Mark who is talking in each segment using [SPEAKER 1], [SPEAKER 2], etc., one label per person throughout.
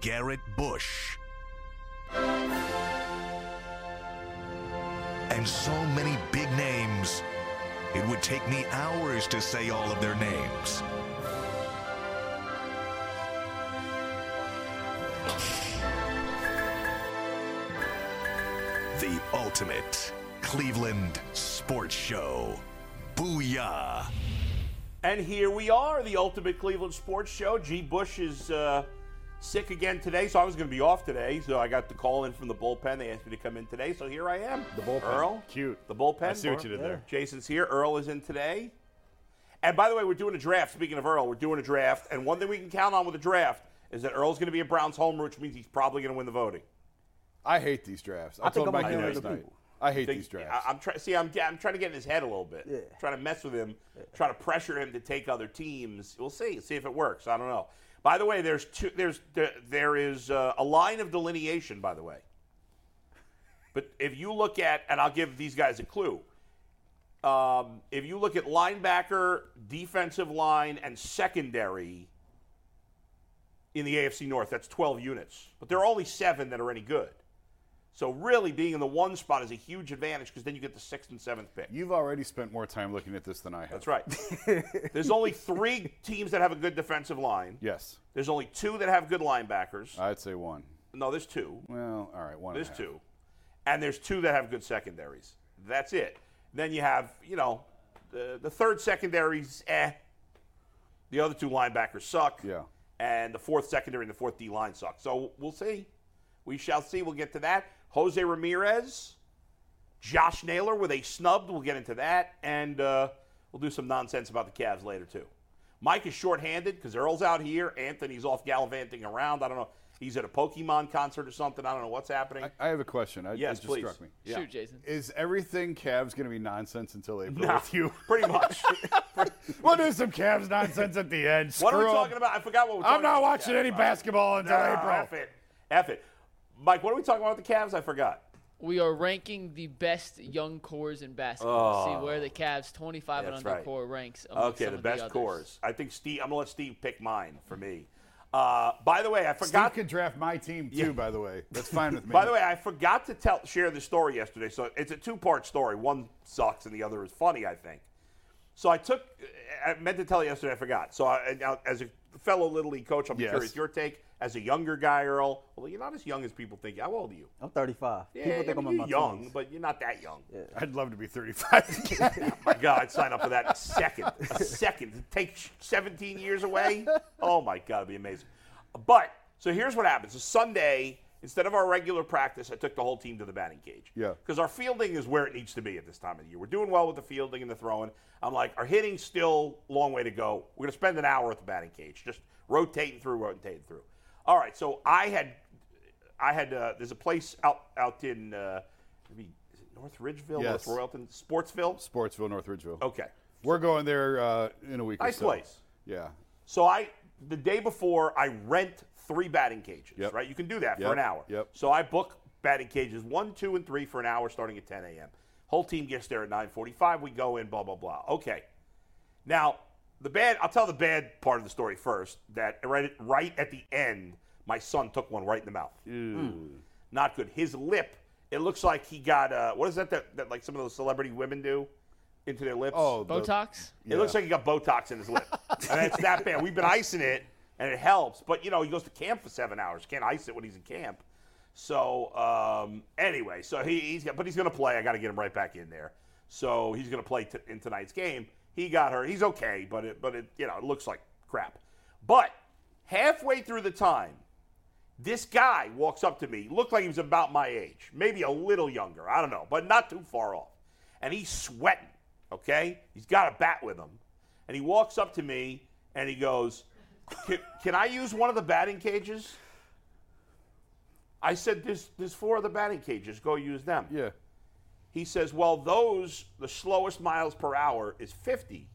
[SPEAKER 1] Garrett Bush, and so many big names, it would take me hours to say all of their names. The ultimate Cleveland sports show. Booyah!
[SPEAKER 2] And here we are, the Ultimate Cleveland Sports Show. G. Bush is uh, sick again today, so I was going to be off today. So I got the call in from the bullpen. They asked me to come in today, so here I am. The
[SPEAKER 3] bullpen.
[SPEAKER 2] Earl.
[SPEAKER 3] Cute.
[SPEAKER 2] The bullpen.
[SPEAKER 3] I see what you did there.
[SPEAKER 2] Jason's here. Earl is in today. And by the way, we're doing a draft. Speaking of Earl, we're doing a draft. And one thing we can count on with a draft is that Earl's going to be a Browns homer, which means he's probably going to win the voting.
[SPEAKER 3] I hate these drafts. I,
[SPEAKER 4] think
[SPEAKER 3] told
[SPEAKER 4] I'm
[SPEAKER 3] Mikey
[SPEAKER 4] gonna
[SPEAKER 3] last
[SPEAKER 4] do the
[SPEAKER 3] night.
[SPEAKER 4] people.
[SPEAKER 3] I hate
[SPEAKER 2] Think-
[SPEAKER 3] these drafts.
[SPEAKER 2] I, am trying. See, I'm, I'm trying to get in his head a little bit. Trying to mess with him. Trying to pressure him to take other teams. We'll see. See if it works. I don't know. By the way, there's two. There's there, there is uh, a line of delineation. By the way. But if you look at, and I'll give these guys a clue. Um, if you look at linebacker, defensive line, and secondary in the AFC North, that's 12 units. But there are only seven that are any good. So really, being in the one spot is a huge advantage because then you get the sixth and seventh pick.
[SPEAKER 3] You've already spent more time looking at this than I have.
[SPEAKER 2] That's right. There's only three teams that have a good defensive line.
[SPEAKER 3] Yes,
[SPEAKER 2] There's only two that have good linebackers.
[SPEAKER 3] I'd say one.
[SPEAKER 2] no, there's two.
[SPEAKER 3] Well, all right, one. and a
[SPEAKER 2] There's
[SPEAKER 3] half.
[SPEAKER 2] two. And there's two that have good secondaries. That's it. Then you have, you know, the, the third secondary's eh. The other two linebackers suck.
[SPEAKER 3] Yeah.
[SPEAKER 2] And the fourth secondary and the fourth D line suck. So we'll see. We shall see. We'll get to that. Jose Ramirez, Josh Naylor with a snubbed. We'll get into that. And uh, we'll do some nonsense about the Cavs later, too. Mike is shorthanded because Earl's out here. Anthony's off gallivanting around. I don't know. He's at a Pokemon concert or something. I don't know what's happening.
[SPEAKER 3] I have a question. I,
[SPEAKER 2] Yes,
[SPEAKER 3] it just
[SPEAKER 2] please.
[SPEAKER 3] struck me.
[SPEAKER 2] Yeah.
[SPEAKER 5] Shoot, Jason.
[SPEAKER 3] Is everything Cavs going to be nonsense until April
[SPEAKER 2] Nah,
[SPEAKER 3] with you?
[SPEAKER 2] Pretty much.
[SPEAKER 3] we'll do some Cavs nonsense at the end.
[SPEAKER 2] what are we
[SPEAKER 3] Screw 'em.
[SPEAKER 2] talking about? I forgot what we're talking
[SPEAKER 3] I'm not
[SPEAKER 2] about.
[SPEAKER 3] watching
[SPEAKER 2] Yeah,
[SPEAKER 3] any
[SPEAKER 2] right.
[SPEAKER 3] basketball until
[SPEAKER 2] Ah, F
[SPEAKER 3] April.
[SPEAKER 2] it. F it. Mike, what are we talking about with the Cavs? I forgot.
[SPEAKER 5] We are ranking the best young cores in basketball. to See where the Cavs 25 and
[SPEAKER 2] Oh. That's
[SPEAKER 5] under
[SPEAKER 2] right.
[SPEAKER 5] core ranks. amongst
[SPEAKER 2] Okay,
[SPEAKER 5] some
[SPEAKER 2] the
[SPEAKER 5] of
[SPEAKER 2] best
[SPEAKER 5] others.
[SPEAKER 2] cores. I think Steve, I'm going to let Steve pick mine for me. Uh, by the way, I forgot.
[SPEAKER 3] Steve could draft my team too. By the way, that's fine with me.
[SPEAKER 2] By the way, I forgot to tell share the story yesterday. So it's a two-part story. One sucks, and the other is funny. I think. So I took. I meant to tell you yesterday. I forgot. So I, now, as a fellow little league coach, I'm
[SPEAKER 3] Yes.
[SPEAKER 2] curious your take as a younger guy, Earl. Well, you're not as young as people think. How old are you?
[SPEAKER 4] I'm 35.
[SPEAKER 2] Yeah,
[SPEAKER 4] People think
[SPEAKER 2] I
[SPEAKER 4] I'm
[SPEAKER 2] mean,
[SPEAKER 4] in my
[SPEAKER 2] you're young,
[SPEAKER 4] 20s.
[SPEAKER 2] but you're not that young.
[SPEAKER 3] I'd love to be 35 again.
[SPEAKER 2] My God, I'd sign up for that in a second. A second. It takes 17 years away. Oh my God, it'd be amazing. But so here's what happens. So Sunday, instead of our regular practice, I took the whole team to the batting cage.
[SPEAKER 3] Yeah.
[SPEAKER 2] Because our fielding is where it needs to be at this time of the year. We're doing well with the fielding and the throwing. I'm like, our hitting's still a long way to go. We're gonna spend an hour at the batting cage, just rotating through, rotating through. All right. So I had I had uh, there's a place out out in uh, maybe is it North Ridgeville,
[SPEAKER 3] Yes.
[SPEAKER 2] North Royalton, Sportsville.
[SPEAKER 3] Sportsville, North Ridgeville.
[SPEAKER 2] Okay,
[SPEAKER 3] We're going there uh, in a week. or
[SPEAKER 2] Nice
[SPEAKER 3] so.
[SPEAKER 2] place.
[SPEAKER 3] Yeah.
[SPEAKER 2] so I the day before I rent three batting cages.
[SPEAKER 3] Yep.
[SPEAKER 2] Right, you can do that
[SPEAKER 3] Yep,
[SPEAKER 2] for an hour.
[SPEAKER 3] yep.
[SPEAKER 2] So I book batting cages one, two, and three for an hour starting at 10 a.m. Whole team gets there at 9:45. We go in, blah blah blah. Okay, now the bad. I'll tell the bad part of the story first. That right right at the end, my son took one right in the mouth.
[SPEAKER 3] Mm.
[SPEAKER 2] not good. His lip, it looks like he got uh, what is that, that that like some of those celebrity women do into their lips?
[SPEAKER 3] Oh, the-
[SPEAKER 5] Botox.
[SPEAKER 2] it looks like he got Botox in his lip, and it's that bad. We've been icing it, and it helps, but you know he goes to camp for seven hours. Can't ice it when he's in camp. So um, anyway, so he, he's got, but he's going to play. I got to get him right back in there. So he's going to play t- in tonight's game. He got her. He's okay, but it, but it, you know, it looks like crap. But halfway through the time, this guy walks up to me, looked like he was about my age, maybe a little younger, I don't know, but not too far off. And he's sweating, okay? He's got a bat with him. And he walks up to me and he goes, Can, can I use one of the batting cages? I said, there's, there's four other batting cages. Go use them.
[SPEAKER 3] Yeah.
[SPEAKER 2] He says, well, those, the slowest miles per hour is 50.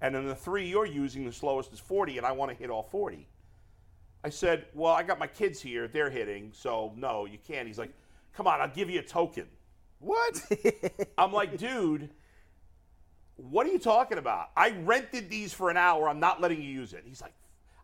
[SPEAKER 2] And then the three you're using, the slowest is 40, and I want to hit all 40. I said, well, I got my kids here. They're hitting. So, no, you can't. He's like, come on, I'll give you a token.
[SPEAKER 3] What?
[SPEAKER 2] I'm like, dude, what are you talking about? I rented these for an hour. I'm not letting you use it. He's like,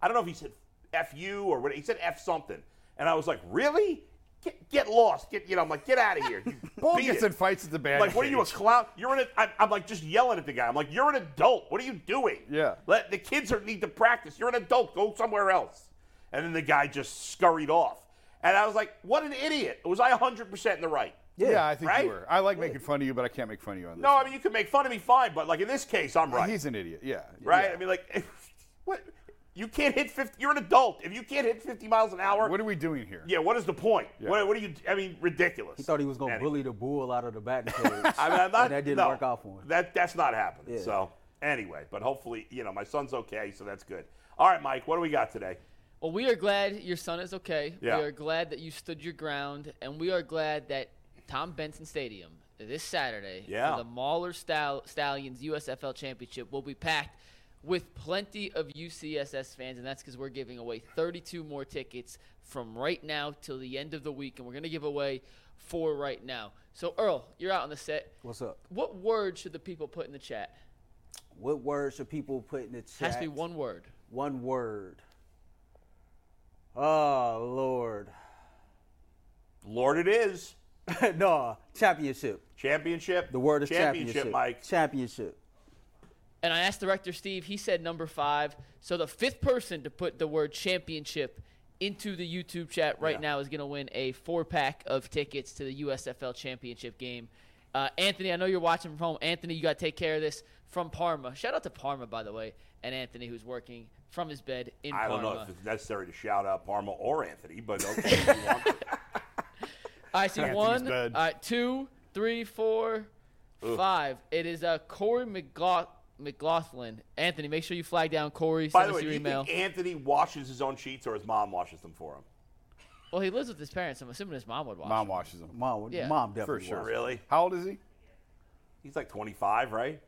[SPEAKER 2] I don't know if he said F you or what. He said F something. And I was like, really? Get, get lost. Get, you know, I'm like, get out of here. You
[SPEAKER 3] Paul
[SPEAKER 2] beat
[SPEAKER 3] gets
[SPEAKER 2] it.
[SPEAKER 3] in fights at the band.
[SPEAKER 2] Like, what are you, a clown? You're an. I'm, I'm like just yelling at the guy. I'm like, you're an adult. What are you doing?
[SPEAKER 3] Yeah.
[SPEAKER 2] Let the kids are, need to practice. You're an adult. Go somewhere else. And then the guy just scurried off. And I was like, what an idiot. Was I 100% in the right?
[SPEAKER 3] Yeah, I think
[SPEAKER 2] Right?
[SPEAKER 3] you were. I like making fun of you, but I can't make fun of you on this.
[SPEAKER 2] No, I mean you can make fun of me, fine, but like in this case, I'm right.
[SPEAKER 3] Uh, He's an idiot. Yeah.
[SPEAKER 2] right?
[SPEAKER 3] Yeah.
[SPEAKER 2] I mean, like, what? You can't hit 50. You're an adult. If you can't hit 50 miles an hour,
[SPEAKER 3] what are we doing here?
[SPEAKER 2] yeah. What is the point? What, what are you? I mean, ridiculous.
[SPEAKER 4] He thought he was going to
[SPEAKER 2] Anyway.
[SPEAKER 4] bully the bull out of the batting cage.
[SPEAKER 2] I mean, I'm not.
[SPEAKER 4] and that didn't
[SPEAKER 2] no,
[SPEAKER 4] work out for him.
[SPEAKER 2] That that's not happening.
[SPEAKER 4] Yeah.
[SPEAKER 2] So anyway, but hopefully, you know, my son's okay, so that's good. All right, Mike, what do we got today?
[SPEAKER 5] Well, we are glad your son is okay.
[SPEAKER 2] Yeah.
[SPEAKER 5] We are glad that you stood your ground, and we are glad that Tom Benson Stadium this Saturday
[SPEAKER 2] Yeah.
[SPEAKER 5] for the Mauler Stall- Stallions USFL Championship will be packed with plenty of UCSS fans, and that's because we're giving away 32 more tickets from right now till the end of the week, and we're going to give away four right now. So, Earl, you're out on the set.
[SPEAKER 4] What's up?
[SPEAKER 5] What word should the people put in the chat?
[SPEAKER 4] What word should people put in the chat?
[SPEAKER 5] Has to be one word.
[SPEAKER 4] One word. Oh Lord.
[SPEAKER 2] Lord, it is
[SPEAKER 4] no, championship.
[SPEAKER 2] championship.
[SPEAKER 4] The word is
[SPEAKER 2] championship,
[SPEAKER 4] championship.
[SPEAKER 2] Mike.
[SPEAKER 4] Championship.
[SPEAKER 5] And I asked director Steve, he said number five. So the fifth person to put the word championship into the YouTube chat right now is going to win a four pack of tickets to the USFL championship game. Uh, Anthony, I know you're watching from home. Anthony, you got to take care of this from Parma. Shout out to Parma, by the way, and Anthony, who's working from his bed in
[SPEAKER 2] I
[SPEAKER 5] Parma.
[SPEAKER 2] don't know if it's necessary to shout out Parma or Anthony, but okay. if you want.
[SPEAKER 5] I see
[SPEAKER 3] Anthony's
[SPEAKER 5] one,
[SPEAKER 3] bed.
[SPEAKER 5] all right, two, three, four, five. It is uh, Corey McLaugh- McLaughlin. Anthony, make sure you flag down Corey.
[SPEAKER 2] By the
[SPEAKER 5] send us
[SPEAKER 2] way, do
[SPEAKER 5] your
[SPEAKER 2] you
[SPEAKER 5] email.
[SPEAKER 2] think Anthony washes his own sheets or his mom washes them for him?
[SPEAKER 5] Well, he lives with his parents. I'm assuming his mom would watch.
[SPEAKER 3] Mom washes them.
[SPEAKER 4] Mom,
[SPEAKER 5] Yeah.
[SPEAKER 4] mom definitely.
[SPEAKER 3] For sure.
[SPEAKER 4] won.
[SPEAKER 2] Really?
[SPEAKER 3] How old is he?
[SPEAKER 2] He's like 25, right?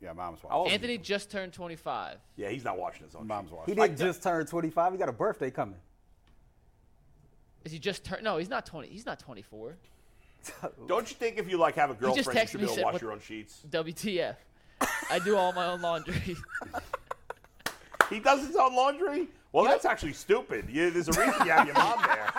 [SPEAKER 3] Yeah, mom's
[SPEAKER 2] How old
[SPEAKER 3] washing.
[SPEAKER 2] is he?
[SPEAKER 5] Anthony just turned 25.
[SPEAKER 2] Yeah, he's not washing his own.
[SPEAKER 3] Mom's
[SPEAKER 2] sheets.
[SPEAKER 4] He
[SPEAKER 3] washing.
[SPEAKER 4] didn't just turn 25. He got a birthday coming.
[SPEAKER 5] Is he just turned? No, he's not 20. He's not 24.
[SPEAKER 2] Don't you think if you like have a
[SPEAKER 5] just
[SPEAKER 2] girlfriend, you
[SPEAKER 5] texted
[SPEAKER 2] should
[SPEAKER 5] me,
[SPEAKER 2] be able to
[SPEAKER 5] said,
[SPEAKER 2] wash
[SPEAKER 5] what-
[SPEAKER 2] your own sheets?
[SPEAKER 5] WTF? I do all my own laundry.
[SPEAKER 2] He does his own laundry. Well, that's actually stupid. You, there's a reason you have your mom there.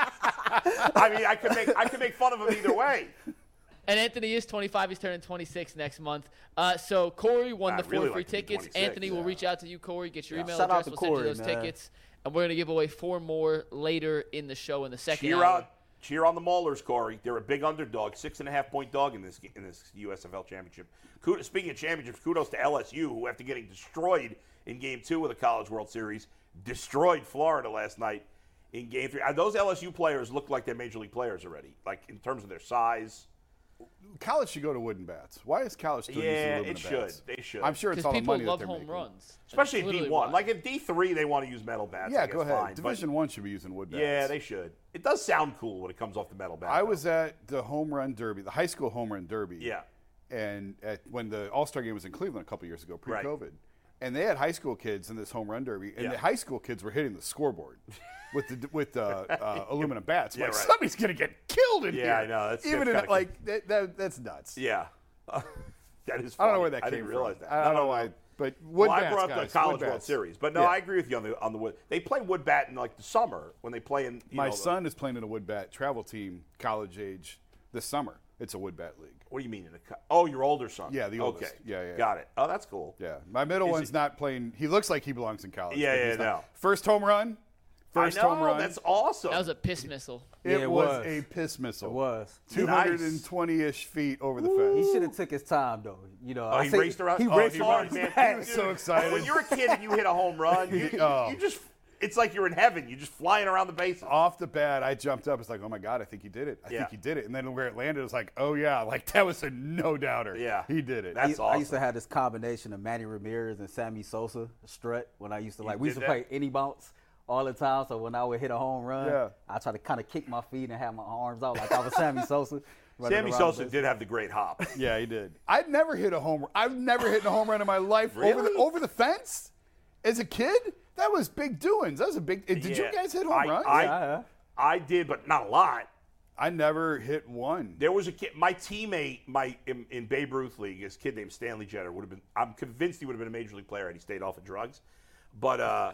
[SPEAKER 2] I mean, I could make I could make fun of him either way.
[SPEAKER 5] and Anthony is 25. He's turning 26 next month. Uh, so Corey won
[SPEAKER 2] I'd
[SPEAKER 5] the four
[SPEAKER 2] really
[SPEAKER 5] free
[SPEAKER 2] like to be
[SPEAKER 5] tickets.
[SPEAKER 2] 26,
[SPEAKER 5] Anthony will reach out to you, Corey. Get your email
[SPEAKER 4] Shout out
[SPEAKER 5] address.
[SPEAKER 4] to
[SPEAKER 5] We'll
[SPEAKER 4] Corey,
[SPEAKER 5] send you those
[SPEAKER 4] man.
[SPEAKER 5] tickets. And we're going to give away four more later in the show in the second
[SPEAKER 2] Cheer
[SPEAKER 5] hour.
[SPEAKER 2] out, cheer on the Maulers, Corey. They're a big underdog, six and a half point dog in this ga- in this USFL championship. Kudos, speaking of championships, kudos to LSU who, after getting destroyed in Game Two of the College World Series, destroyed Florida last night in Game Three. Uh, Those LSU players look like they're major league players already, like in terms of their size.
[SPEAKER 3] College should go to wooden bats. Why is college still
[SPEAKER 2] Yeah,
[SPEAKER 3] using
[SPEAKER 2] it
[SPEAKER 3] aluminum
[SPEAKER 2] should.
[SPEAKER 3] bats?
[SPEAKER 2] They should.
[SPEAKER 3] I'm sure it's
[SPEAKER 5] Because
[SPEAKER 3] all the
[SPEAKER 5] people
[SPEAKER 3] money that
[SPEAKER 5] love
[SPEAKER 3] they're
[SPEAKER 5] home
[SPEAKER 3] making.
[SPEAKER 5] runs.
[SPEAKER 2] Especially at
[SPEAKER 5] That's
[SPEAKER 2] D1.
[SPEAKER 5] literally why.
[SPEAKER 2] Like at D3, they want to use metal bats. I
[SPEAKER 3] Yeah,
[SPEAKER 2] guess,
[SPEAKER 3] go ahead.
[SPEAKER 2] fine, but-
[SPEAKER 3] Division One should be using wood bats.
[SPEAKER 2] Yeah, they should. It does sound cool when it comes off the metal bat.
[SPEAKER 3] I
[SPEAKER 2] though.
[SPEAKER 3] was at the home run derby, the high school home run derby.
[SPEAKER 2] Yeah.
[SPEAKER 3] And at, when the All Star game was in Cleveland a couple years ago,
[SPEAKER 2] Right.
[SPEAKER 3] pre-COVID, and they had high school kids in this home run derby, and
[SPEAKER 2] Yeah.
[SPEAKER 3] the high school kids were hitting the scoreboard with the with the uh, aluminum bats.
[SPEAKER 2] Yeah,
[SPEAKER 3] like
[SPEAKER 2] right.
[SPEAKER 3] somebody's gonna get killed in
[SPEAKER 2] Yeah, I
[SPEAKER 3] here.
[SPEAKER 2] know. That's-
[SPEAKER 3] even
[SPEAKER 2] that's
[SPEAKER 3] in,
[SPEAKER 2] kinda cool.
[SPEAKER 3] like that, that, that's nuts.
[SPEAKER 2] Yeah. that is.
[SPEAKER 3] I
[SPEAKER 2] Funny.
[SPEAKER 3] don't know where that
[SPEAKER 2] I
[SPEAKER 3] came
[SPEAKER 2] didn't
[SPEAKER 3] from.
[SPEAKER 2] realize that.
[SPEAKER 3] I don't
[SPEAKER 2] No,
[SPEAKER 3] know
[SPEAKER 2] no,
[SPEAKER 3] why,
[SPEAKER 2] no.
[SPEAKER 3] but wood
[SPEAKER 2] well,
[SPEAKER 3] bats,
[SPEAKER 2] I brought up
[SPEAKER 3] guys,
[SPEAKER 2] the College
[SPEAKER 3] wood
[SPEAKER 2] World
[SPEAKER 3] bats.
[SPEAKER 2] Series, but no,
[SPEAKER 3] Yeah.
[SPEAKER 2] I agree with you on the on the wood. They play wood bat in like the summer when they play in. you
[SPEAKER 3] My
[SPEAKER 2] know, the-
[SPEAKER 3] son is playing in a wood bat travel team, college age, this summer. It's a wood bat league.
[SPEAKER 2] what do you mean in the? co- Oh, your older son.
[SPEAKER 3] Yeah, the oldest.
[SPEAKER 2] Okay.
[SPEAKER 3] Yeah, yeah.
[SPEAKER 2] Got it. Oh, that's cool.
[SPEAKER 3] Yeah, my middle
[SPEAKER 2] Is
[SPEAKER 3] one's
[SPEAKER 2] it-
[SPEAKER 3] not playing. He looks like he belongs in college.
[SPEAKER 2] Yeah,
[SPEAKER 3] but
[SPEAKER 2] yeah,
[SPEAKER 3] he's not.
[SPEAKER 2] no.
[SPEAKER 3] First home run, first
[SPEAKER 2] I know,
[SPEAKER 3] home run.
[SPEAKER 2] That's awesome.
[SPEAKER 5] That was a piss missile.
[SPEAKER 3] it,
[SPEAKER 4] Yeah, it
[SPEAKER 3] was,
[SPEAKER 4] was.
[SPEAKER 3] a piss missile.
[SPEAKER 4] It was.
[SPEAKER 3] two hundred and twenty-ish feet over the fence.
[SPEAKER 4] He should have took his time though. You know.
[SPEAKER 2] Oh,
[SPEAKER 4] I
[SPEAKER 2] he
[SPEAKER 4] say-
[SPEAKER 2] raced around.
[SPEAKER 4] He
[SPEAKER 2] oh,
[SPEAKER 4] raced
[SPEAKER 2] he
[SPEAKER 4] around.
[SPEAKER 2] raced, man.
[SPEAKER 3] He was
[SPEAKER 2] Dude,
[SPEAKER 3] so excited.
[SPEAKER 2] When you're a kid and you hit a home run, you, you-
[SPEAKER 3] Oh.
[SPEAKER 2] you just it's like you're in heaven. You're just flying around the bases.
[SPEAKER 3] Off the bat, I jumped up. It's like, oh my god, I think he did it. I
[SPEAKER 2] Yeah.
[SPEAKER 3] think he did it. And then where it landed, it was like, oh yeah, like that was a no doubter.
[SPEAKER 2] Yeah.
[SPEAKER 3] he did it.
[SPEAKER 2] That's
[SPEAKER 4] I- I used
[SPEAKER 2] awesome.
[SPEAKER 4] to have this combination of Manny Ramirez and Sammy Sosa strut when I used to like.
[SPEAKER 2] did
[SPEAKER 4] we used to
[SPEAKER 2] that?
[SPEAKER 4] play any bounce all the time. So when I would hit a home run,
[SPEAKER 3] Yeah.
[SPEAKER 4] I try to kind of kick my feet and have my arms out like I was Sammy Sosa. running
[SPEAKER 2] Sammy
[SPEAKER 4] around the
[SPEAKER 2] Sosa
[SPEAKER 4] base.
[SPEAKER 2] did have the great hop.
[SPEAKER 3] Yeah, he did. I've never hit a home run. I've never hit a home run in my life over the
[SPEAKER 2] Really?
[SPEAKER 3] over the fence. As a kid, that was big doings. That was a big. Did
[SPEAKER 2] Yeah.
[SPEAKER 3] you guys hit home
[SPEAKER 2] I,
[SPEAKER 3] runs?
[SPEAKER 2] I,
[SPEAKER 4] Yeah.
[SPEAKER 2] I did, but not a lot.
[SPEAKER 3] I never hit one.
[SPEAKER 2] There was a kid, my teammate, my in, in Babe Ruth league, this kid named Stanley Jetter would have been. I'm convinced he would have been a major league player had he stayed off of drugs, but uh,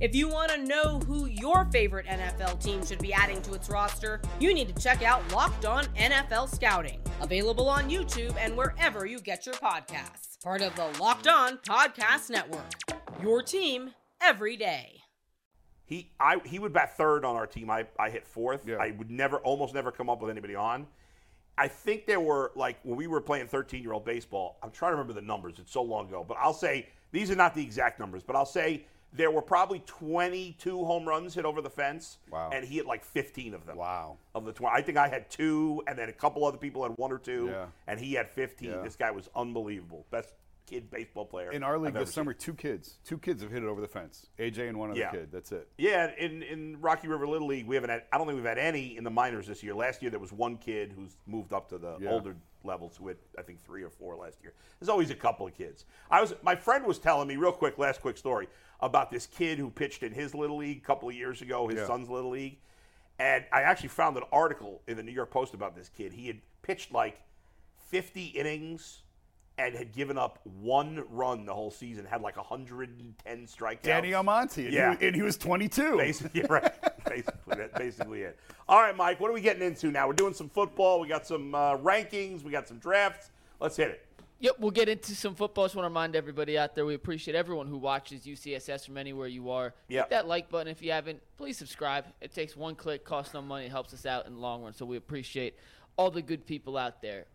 [SPEAKER 6] If you want to know who your favorite NFL team should be adding to its roster, you need to check out Locked On NFL Scouting, available on YouTube and wherever you get your podcasts. Part of the Locked On Podcast Network. Your team every day.
[SPEAKER 2] He I he would bat third on our team. I, I hit fourth.
[SPEAKER 3] Yeah.
[SPEAKER 2] I would never almost never come up with anybody on. I think there were like when we were playing 13 year old baseball, I'm trying to remember the numbers. It's so long ago. But I'll say these are not the exact numbers, but I'll say there were probably 22 home runs hit over the fence.
[SPEAKER 3] Wow.
[SPEAKER 2] And he hit like 15 of them.
[SPEAKER 3] Wow.
[SPEAKER 2] Of the 20. I think I had two, and then a couple other people had one or two,
[SPEAKER 3] Yeah.
[SPEAKER 2] and he had 15.
[SPEAKER 3] Yeah.
[SPEAKER 2] This guy was unbelievable. Best kid baseball player.
[SPEAKER 3] In our league
[SPEAKER 2] I've ever
[SPEAKER 3] this summer, two kids, two kids have hit it over the fence. AJ and one other
[SPEAKER 2] Yeah.
[SPEAKER 3] kid. That's it.
[SPEAKER 2] Yeah, in, in Rocky River Little League, we haven't had, I don't think we've had any in the minors this year. Last year, there was one kid who's moved up to the
[SPEAKER 3] Yeah.
[SPEAKER 2] older levels who had, I think, three or four last year. There's always a couple of kids. I was, my friend was telling me, real quick, last quick story, about this kid who pitched in his Little League a couple of years ago, his
[SPEAKER 3] Yeah.
[SPEAKER 2] son's Little League. And I actually found an article in the New York Post about this kid. He had pitched like 50 innings and had given up one run the whole season, had like 110 strikeouts.
[SPEAKER 3] Danny Almonte. And
[SPEAKER 2] Yeah.
[SPEAKER 3] He, and he was 22.
[SPEAKER 2] Basically, yeah, right. basically, that's basically it. All right, Mike, what are we getting into now? We're doing some football. We got some uh, rankings. We got some drafts. Let's hit it.
[SPEAKER 5] Yep, we'll get into some football. Just want to remind everybody out there, we appreciate everyone who watches UCSS from anywhere you are.
[SPEAKER 2] Yep.
[SPEAKER 5] Hit that like button if you haven't. Please subscribe. It takes one click, costs no money, helps us out in the long run. So we appreciate all the good people out there.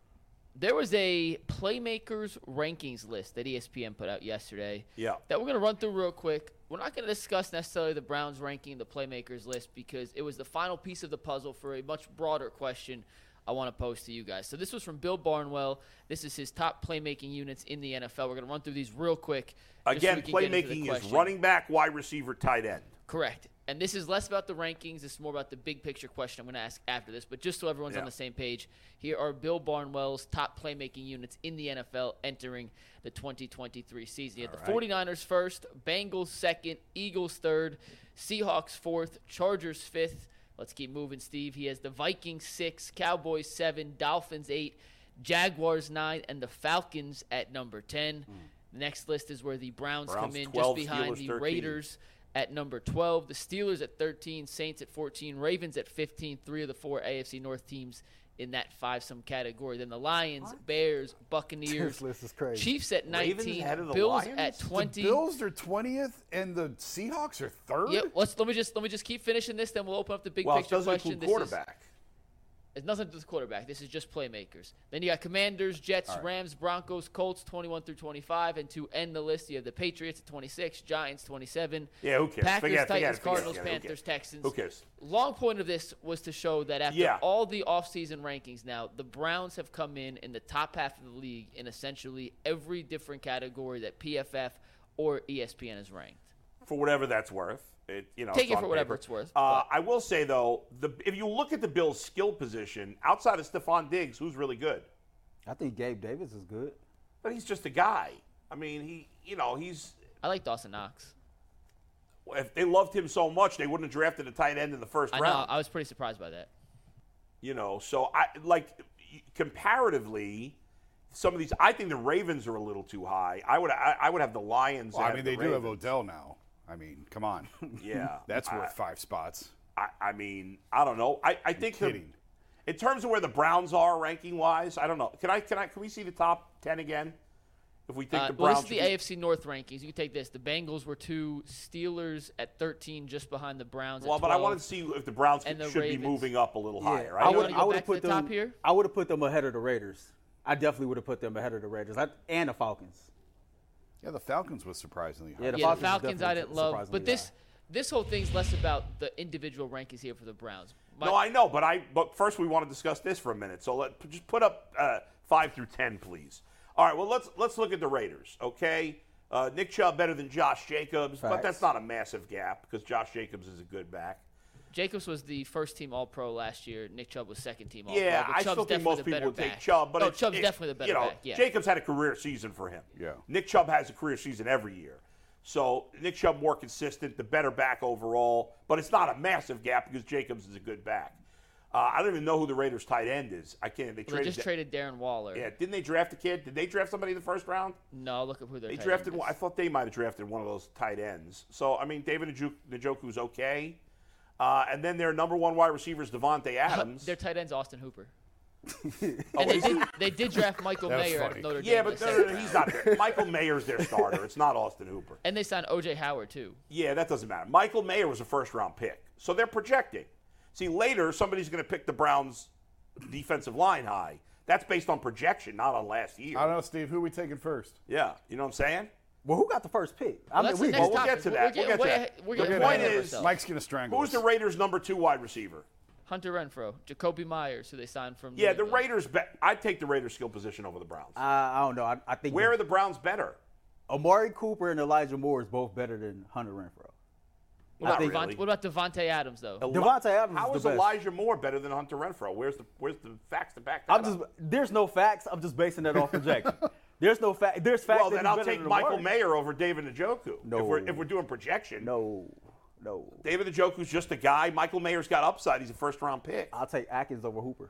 [SPEAKER 5] There was a playmakers rankings list that E ESPN put out yesterday.
[SPEAKER 2] Yeah.
[SPEAKER 5] That we're gonna run through real quick. We're not gonna discuss necessarily the Browns ranking the playmakers list because it was the final piece of the puzzle for a much broader question I want to pose to you guys. So this was from Bill Barnwell. This is his top playmaking units in the NFL. We're gonna run through these real quick. just so
[SPEAKER 2] Again,
[SPEAKER 5] we can get into the
[SPEAKER 2] playmaking is
[SPEAKER 5] question.
[SPEAKER 2] running back, wide receiver, tight end.
[SPEAKER 5] Correct. And this is less about the rankings. It's more about the big picture question I'm going to ask after this. But just so everyone's
[SPEAKER 2] Yeah.
[SPEAKER 5] on the same page, here are Bill Barnwell's top playmaking units in the NFL entering the 2023 season. You have the 49ers first, Bengals second, Eagles third, Seahawks fourth, Chargers fifth. Let's keep moving, Steve. He has the Vikings six, Cowboys seven, Dolphins eight, Jaguars nine, and the Falcons at number 10. The next list is where the Browns,
[SPEAKER 2] Hmm. Browns
[SPEAKER 5] come in
[SPEAKER 2] 12,
[SPEAKER 5] just behind
[SPEAKER 2] Steelers
[SPEAKER 5] the
[SPEAKER 2] 13.
[SPEAKER 5] Raiders. Raiders at number 12, the Steelers at 13, Saints at 14, Ravens at 15, three of the four AFC North teams in that five-some category. Then the Lions, Bears, Buccaneers,
[SPEAKER 4] This list is crazy.
[SPEAKER 5] Chiefs at
[SPEAKER 2] Ravens
[SPEAKER 5] 19,
[SPEAKER 2] ahead of the
[SPEAKER 5] Bills
[SPEAKER 2] Lions?
[SPEAKER 5] at
[SPEAKER 2] The
[SPEAKER 5] 20.
[SPEAKER 3] The Bills are 20th and the Seahawks are third.
[SPEAKER 5] Yep, let's let me just let me just keep finishing this, then we'll open up the big
[SPEAKER 2] Well, it
[SPEAKER 5] picture
[SPEAKER 2] doesn't
[SPEAKER 5] question.
[SPEAKER 2] include
[SPEAKER 5] This is-
[SPEAKER 2] quarterback.
[SPEAKER 5] It's nothing to do with quarterback. This is just playmakers. Then you got Commanders, Jets, Rams, Broncos, Colts, 21 through 25, and to end the list, you have the Patriots at 26, Giants 27.
[SPEAKER 2] Yeah, who cares? Forget it,
[SPEAKER 5] Packers,
[SPEAKER 2] forget it,
[SPEAKER 5] Titans,
[SPEAKER 2] forget it, forget it,
[SPEAKER 5] Cardinals,
[SPEAKER 2] who
[SPEAKER 5] Panthers,
[SPEAKER 2] cares?
[SPEAKER 5] Texans.
[SPEAKER 2] Who cares?
[SPEAKER 5] Long point of this was to show that after
[SPEAKER 2] Yeah.
[SPEAKER 5] all the offseason rankings, now the Browns have come in in the top half of the league in essentially every different category that PFF or E ESPN has ranked.
[SPEAKER 2] for whatever that's worth. It, you know,
[SPEAKER 5] Take
[SPEAKER 2] it's
[SPEAKER 5] it
[SPEAKER 2] on
[SPEAKER 5] for whatever
[SPEAKER 2] paper.
[SPEAKER 5] it's worth,
[SPEAKER 2] Uh, I will say though, the, if you look at the Bills' skill position outside of Stephon Diggs, who's really good,
[SPEAKER 4] I think Gabe Davis is good.
[SPEAKER 2] but he's just a guy. I mean, he, you know, he's
[SPEAKER 5] I like Dawson Knox.
[SPEAKER 2] if they loved him so much, they wouldn't have drafted a tight end in the first
[SPEAKER 5] I know.
[SPEAKER 2] round.
[SPEAKER 5] I was pretty surprised by that.
[SPEAKER 2] You know, so I like comparatively, some of these. I think the Ravens are a little too high. I would I, I would have the Lions.
[SPEAKER 3] Well, I
[SPEAKER 2] ahead
[SPEAKER 3] mean,
[SPEAKER 2] of
[SPEAKER 3] they
[SPEAKER 2] the
[SPEAKER 3] do have
[SPEAKER 2] Ravens.
[SPEAKER 3] Odell now. I mean, come on.
[SPEAKER 2] Yeah,
[SPEAKER 3] That's
[SPEAKER 2] I-
[SPEAKER 3] worth five spots.
[SPEAKER 2] I, I mean, I don't know. I, I think the-
[SPEAKER 3] kidding.
[SPEAKER 2] in terms of where the Browns are ranking wise, I don't know. Can I can I can we see the top ten again? If we think
[SPEAKER 5] Uh,
[SPEAKER 2] the
[SPEAKER 5] well,
[SPEAKER 2] Browns,
[SPEAKER 5] this is the
[SPEAKER 2] should be-
[SPEAKER 5] AFC North rankings. You can take this. The Bengals were two, Steelers at 13, just behind the Browns.
[SPEAKER 2] well,
[SPEAKER 5] at
[SPEAKER 2] but I
[SPEAKER 5] 12.
[SPEAKER 2] wanted to see if the Browns
[SPEAKER 5] and the
[SPEAKER 2] should be
[SPEAKER 5] Ravens.
[SPEAKER 2] moving up a little higher.
[SPEAKER 4] I
[SPEAKER 2] Right?
[SPEAKER 5] wanna
[SPEAKER 4] would.
[SPEAKER 5] go
[SPEAKER 4] I would
[SPEAKER 5] back
[SPEAKER 4] have
[SPEAKER 5] to
[SPEAKER 4] put
[SPEAKER 5] the
[SPEAKER 4] them.
[SPEAKER 5] top here?
[SPEAKER 4] I would have put them ahead of the Raiders. I definitely would have put them ahead of the Raiders I, and the Falcons.
[SPEAKER 3] Yeah, the Falcons was surprisingly high.
[SPEAKER 4] Yeah, the
[SPEAKER 5] yeah, the
[SPEAKER 4] Falcons
[SPEAKER 5] Falcons I
[SPEAKER 4] definitely
[SPEAKER 5] didn't love.
[SPEAKER 4] surprisingly
[SPEAKER 5] But this
[SPEAKER 4] high.
[SPEAKER 5] this whole thing's less about the individual rankings here for the Browns. My-
[SPEAKER 2] no, I know, but I but first we want to discuss this for a minute. So let just put up uh, five through ten, please. All right. Well, let's let's look at the Raiders. Okay, uh, Nick Chubb better than Josh Jacobs, but
[SPEAKER 4] Facts.
[SPEAKER 2] that's not a massive gap because Josh Jacobs is a good back.
[SPEAKER 5] Jacobs was the first team All Pro last year. Nick Chubb was second team All
[SPEAKER 2] Yeah,
[SPEAKER 5] Pro.
[SPEAKER 2] I still think most people would take Chubb, but
[SPEAKER 5] no,
[SPEAKER 2] it's-
[SPEAKER 5] Chubb's
[SPEAKER 2] it-
[SPEAKER 5] definitely the
[SPEAKER 2] you
[SPEAKER 5] better
[SPEAKER 2] know,
[SPEAKER 5] back. Yeah.
[SPEAKER 2] Jacobs had a career season for him.
[SPEAKER 3] Yeah.
[SPEAKER 2] Nick Chubb has a career season every year. So Nick Chubb more consistent, the better back overall, but it's not a massive gap because Jacobs is a good back. Uh, I don't even know who the Raiders' tight end is. I can't. They
[SPEAKER 5] Well, they
[SPEAKER 2] traded.
[SPEAKER 5] just
[SPEAKER 2] that-
[SPEAKER 5] traded Darren Waller.
[SPEAKER 2] yeah, didn't they draft a kid? Did they draft somebody in the first round?
[SPEAKER 5] No, look at who they're
[SPEAKER 2] They drafted one. I thought they might have drafted one of those tight ends. So I mean, David Njoku- Njoku's okay, uh, and then their number one wide receiver is Devontae Adams.
[SPEAKER 5] Their tight end's Austin Hooper. and they
[SPEAKER 2] Oh, is he?
[SPEAKER 5] did, they did draft Michael
[SPEAKER 3] That was
[SPEAKER 5] Mayer out of
[SPEAKER 3] funny.
[SPEAKER 5] Notre Dame.
[SPEAKER 2] Yeah,
[SPEAKER 5] in the
[SPEAKER 2] but no, no,
[SPEAKER 5] second
[SPEAKER 2] no,
[SPEAKER 5] round.
[SPEAKER 2] he's not there. Michael Mayer's their starter. It's not Austin Hooper.
[SPEAKER 5] And they signed OJ Howard too.
[SPEAKER 2] Yeah, that doesn't matter. Michael Mayer was a first round pick. So they're projecting. See, later somebody's going to pick the Browns defensive line high. That's based on projection, not on last year.
[SPEAKER 3] I don't know, Steve. Who are we taking first?
[SPEAKER 2] Yeah, you know what I'm saying?
[SPEAKER 4] Well, who got the first pick? I
[SPEAKER 5] Well, that's the
[SPEAKER 4] we-
[SPEAKER 5] next
[SPEAKER 2] well, we'll
[SPEAKER 5] topic.
[SPEAKER 2] get to that. We'll
[SPEAKER 5] getting
[SPEAKER 2] get to
[SPEAKER 5] way
[SPEAKER 2] that.
[SPEAKER 5] ahe- We're
[SPEAKER 2] The
[SPEAKER 5] getting
[SPEAKER 2] point
[SPEAKER 5] way ahead of
[SPEAKER 2] is-
[SPEAKER 5] ourselves.
[SPEAKER 3] Mike's gonna strangle
[SPEAKER 2] Who's
[SPEAKER 3] us.
[SPEAKER 2] the Raiders' number two wide receiver?
[SPEAKER 5] Hunter Renfro, Jacoby Myers, who they signed from.
[SPEAKER 2] Yeah,
[SPEAKER 5] New
[SPEAKER 2] the
[SPEAKER 5] England.
[SPEAKER 2] Raiders. Be- I'd take the Raiders' skill position over the Browns.
[SPEAKER 4] I, I don't know. I, I think
[SPEAKER 2] Where are the Browns better?
[SPEAKER 4] Amari Cooper and Elijah Moore is both better than Hunter Renfro.
[SPEAKER 5] What about,
[SPEAKER 2] Not
[SPEAKER 5] Devont-
[SPEAKER 2] really.
[SPEAKER 5] what about Devontae Adams though?
[SPEAKER 2] Eli-
[SPEAKER 4] Devontae Adams is
[SPEAKER 2] How
[SPEAKER 4] the
[SPEAKER 2] is
[SPEAKER 4] best.
[SPEAKER 2] Elijah Moore better than Hunter Renfro? Where's the Where's the facts to back that
[SPEAKER 4] I'm just
[SPEAKER 2] up?
[SPEAKER 4] there's no facts. I'm just basing that off projection. there's no fact. There's facts.
[SPEAKER 2] Well,
[SPEAKER 4] that
[SPEAKER 2] then
[SPEAKER 4] he's
[SPEAKER 2] I'll
[SPEAKER 4] better
[SPEAKER 2] take
[SPEAKER 4] than
[SPEAKER 2] Michael
[SPEAKER 4] Amari.
[SPEAKER 2] Mayer over David Njoku. If
[SPEAKER 4] No.
[SPEAKER 2] we're, if we're doing projection.
[SPEAKER 4] No, no.
[SPEAKER 2] David Njoku's just a guy. Michael Mayer's got upside. He's a first round pick.
[SPEAKER 4] I'll take Atkins over Hooper.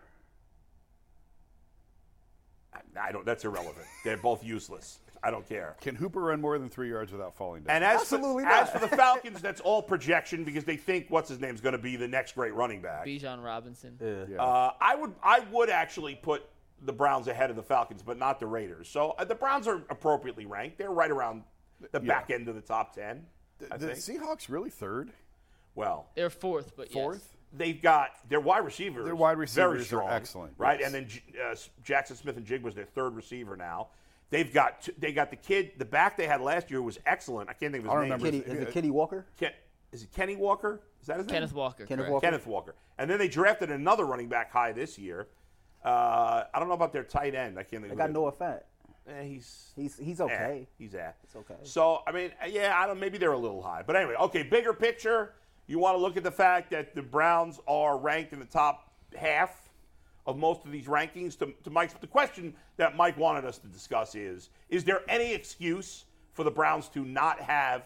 [SPEAKER 2] I- I don't. That's irrelevant. They're both useless. I don't care.
[SPEAKER 3] Can Hooper run more than three yards without falling down?
[SPEAKER 2] And as
[SPEAKER 4] Absolutely
[SPEAKER 2] for,
[SPEAKER 4] not.
[SPEAKER 2] as for the Falcons, that's all projection because they think what's his name's going to be the next great running back.
[SPEAKER 5] Bijan Robinson.
[SPEAKER 2] Uh, I would I would actually put the Browns ahead of the Falcons, but not the Raiders. So uh, the Browns are appropriately ranked. They're right around the back end of the top ten. I
[SPEAKER 3] the
[SPEAKER 2] think.
[SPEAKER 3] Seahawks really third?
[SPEAKER 2] Well,
[SPEAKER 5] They're fourth, but
[SPEAKER 3] Fourth?
[SPEAKER 2] they've got their wide receivers.
[SPEAKER 3] Their wide
[SPEAKER 2] very
[SPEAKER 3] receivers are
[SPEAKER 2] strong,
[SPEAKER 3] excellent,
[SPEAKER 2] right?
[SPEAKER 3] yes.
[SPEAKER 2] And then J- uh, S- Jackson Smith and Jig was their third receiver now. They've got t- they got the kid. The back they had last year was excellent. I Uh, can't think of his name.
[SPEAKER 3] I remember
[SPEAKER 4] Kenny,
[SPEAKER 3] Yeah.
[SPEAKER 4] is it Kenny Walker?
[SPEAKER 2] Ken- is it Kenny Walker? Is that his
[SPEAKER 5] yes. Kenneth
[SPEAKER 2] name?
[SPEAKER 5] Walker.
[SPEAKER 4] Kenneth
[SPEAKER 5] correct.
[SPEAKER 4] Walker.
[SPEAKER 2] Kenneth Walker. And then they drafted another running back high this year. Uh, I don't know about their tight end. I can't think.
[SPEAKER 4] I
[SPEAKER 2] of
[SPEAKER 4] got
[SPEAKER 2] it.
[SPEAKER 4] Noah Fant.
[SPEAKER 2] Eh, he's
[SPEAKER 4] He's he's okay.
[SPEAKER 2] Eh, he's at. It's
[SPEAKER 4] okay.
[SPEAKER 2] So I mean, eh, yeah, I don't. Maybe they're a little high, but anyway, okay. Bigger picture, you want to look at the fact that the Browns are ranked in the top half of most of these rankings. To, to Mike's, the question that Mike wanted us to discuss is: Is there any excuse for the Browns to not have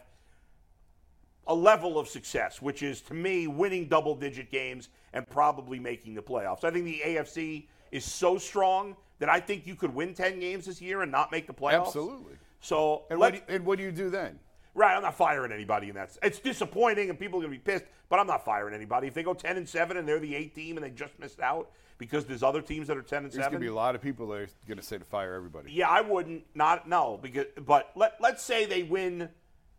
[SPEAKER 2] a level of success, which is to me winning double digit games and probably making the playoffs. I think the AFC is so strong that I think you could win 10 games this year and not make the playoffs.
[SPEAKER 3] Absolutely.
[SPEAKER 2] So, let-
[SPEAKER 3] And what, do you, and what do you do then?
[SPEAKER 2] right, I'm not firing anybody in that. s- It's disappointing and people are going to be pissed, but I'm not firing anybody. If they go 10 and 7 and they're the 8 team and they just missed out because there's other teams that are 10 and
[SPEAKER 3] There's
[SPEAKER 2] 7.
[SPEAKER 3] going to be a lot of people that are going to say to fire everybody.
[SPEAKER 2] Yeah, I wouldn't. Not no, because but let let's say they win,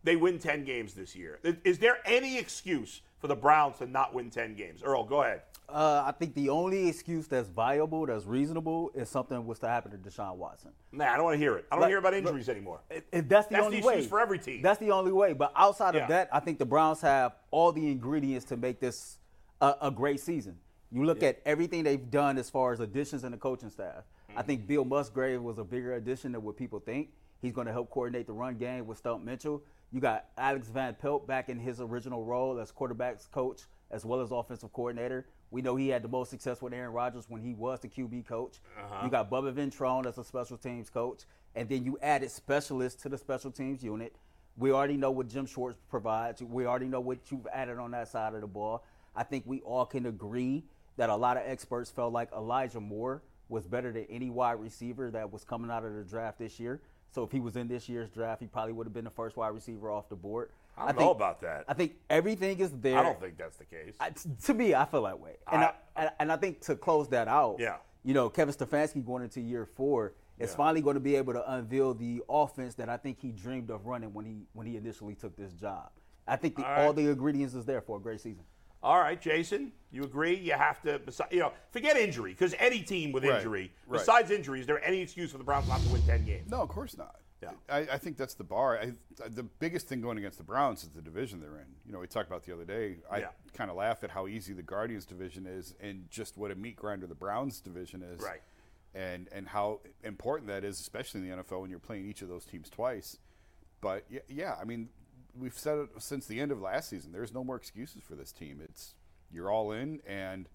[SPEAKER 2] they win ten games this year. Is- Is there any excuse for the Browns to not win ten games? Earl, go ahead.
[SPEAKER 4] Uh, I think the only excuse that's viable, that's reasonable, is something was to happen to Deshaun Watson.
[SPEAKER 2] Nah, I don't want to hear it. I don't
[SPEAKER 4] Let-
[SPEAKER 2] hear about injuries anymore.
[SPEAKER 4] It- it- that's the
[SPEAKER 2] That's the
[SPEAKER 4] only
[SPEAKER 2] excuse
[SPEAKER 4] way
[SPEAKER 2] for every team.
[SPEAKER 4] That's the only way. But outside
[SPEAKER 2] Yeah.
[SPEAKER 4] of that, I think the Browns have all the ingredients to make this a, a great season. You look at everything they've done as far as additions in the coaching staff. I think Bill Musgrave was a bigger addition than what people think. He's going to help coordinate the run game with Stump Mitchell. You got Alex Van Pelt back in his original role as quarterbacks coach as well as offensive coordinator. We know he had the most success with Aaron Rodgers when he was the QB coach. You got Bubba Ventrone as a special teams coach, and then you added specialists to the special teams unit. We already know what Jim Schwartz provides. We already know what you've added on that side of the ball. I think we all can agree that a lot of experts felt like Elijah Moore was better than any wide receiver that was coming out of the draft this year. So if he was in this year's draft, he probably would have been the first wide receiver off the board.
[SPEAKER 2] I don't know about that.
[SPEAKER 4] I think everything is there.
[SPEAKER 2] I don't think that's the case.
[SPEAKER 4] I- t- to me, I feel that way, and I,
[SPEAKER 2] I-
[SPEAKER 4] and, and I think to close that out,
[SPEAKER 2] Yeah.
[SPEAKER 4] you know, Kevin Stefanski going into year four, is finally going to be able to unveil the offense that I think he dreamed of running when he when he initially took this job. I think the, all, the ingredients is there for a great season.
[SPEAKER 2] All right, Jason, you agree? You have to, besi- you know, forget injury because any team with
[SPEAKER 3] Right,
[SPEAKER 2] injury,
[SPEAKER 3] right.
[SPEAKER 2] besides injury, is there any excuse for the Browns not to win ten games?
[SPEAKER 3] No, of course not. I, I think that's the bar. I, the biggest thing going against the Browns is the division they're in. You know, we talked about the other day. I
[SPEAKER 2] Yeah.
[SPEAKER 3] kind of laugh at how easy the Guardians division is, and just what a meat grinder the Browns division is,
[SPEAKER 2] Right.
[SPEAKER 3] And and how important that is, especially in the NFL when you're playing each of those teams twice. But yeah, yeah I mean, we've said it since the end of last season. There's no more excuses for this team. It's you're all in, and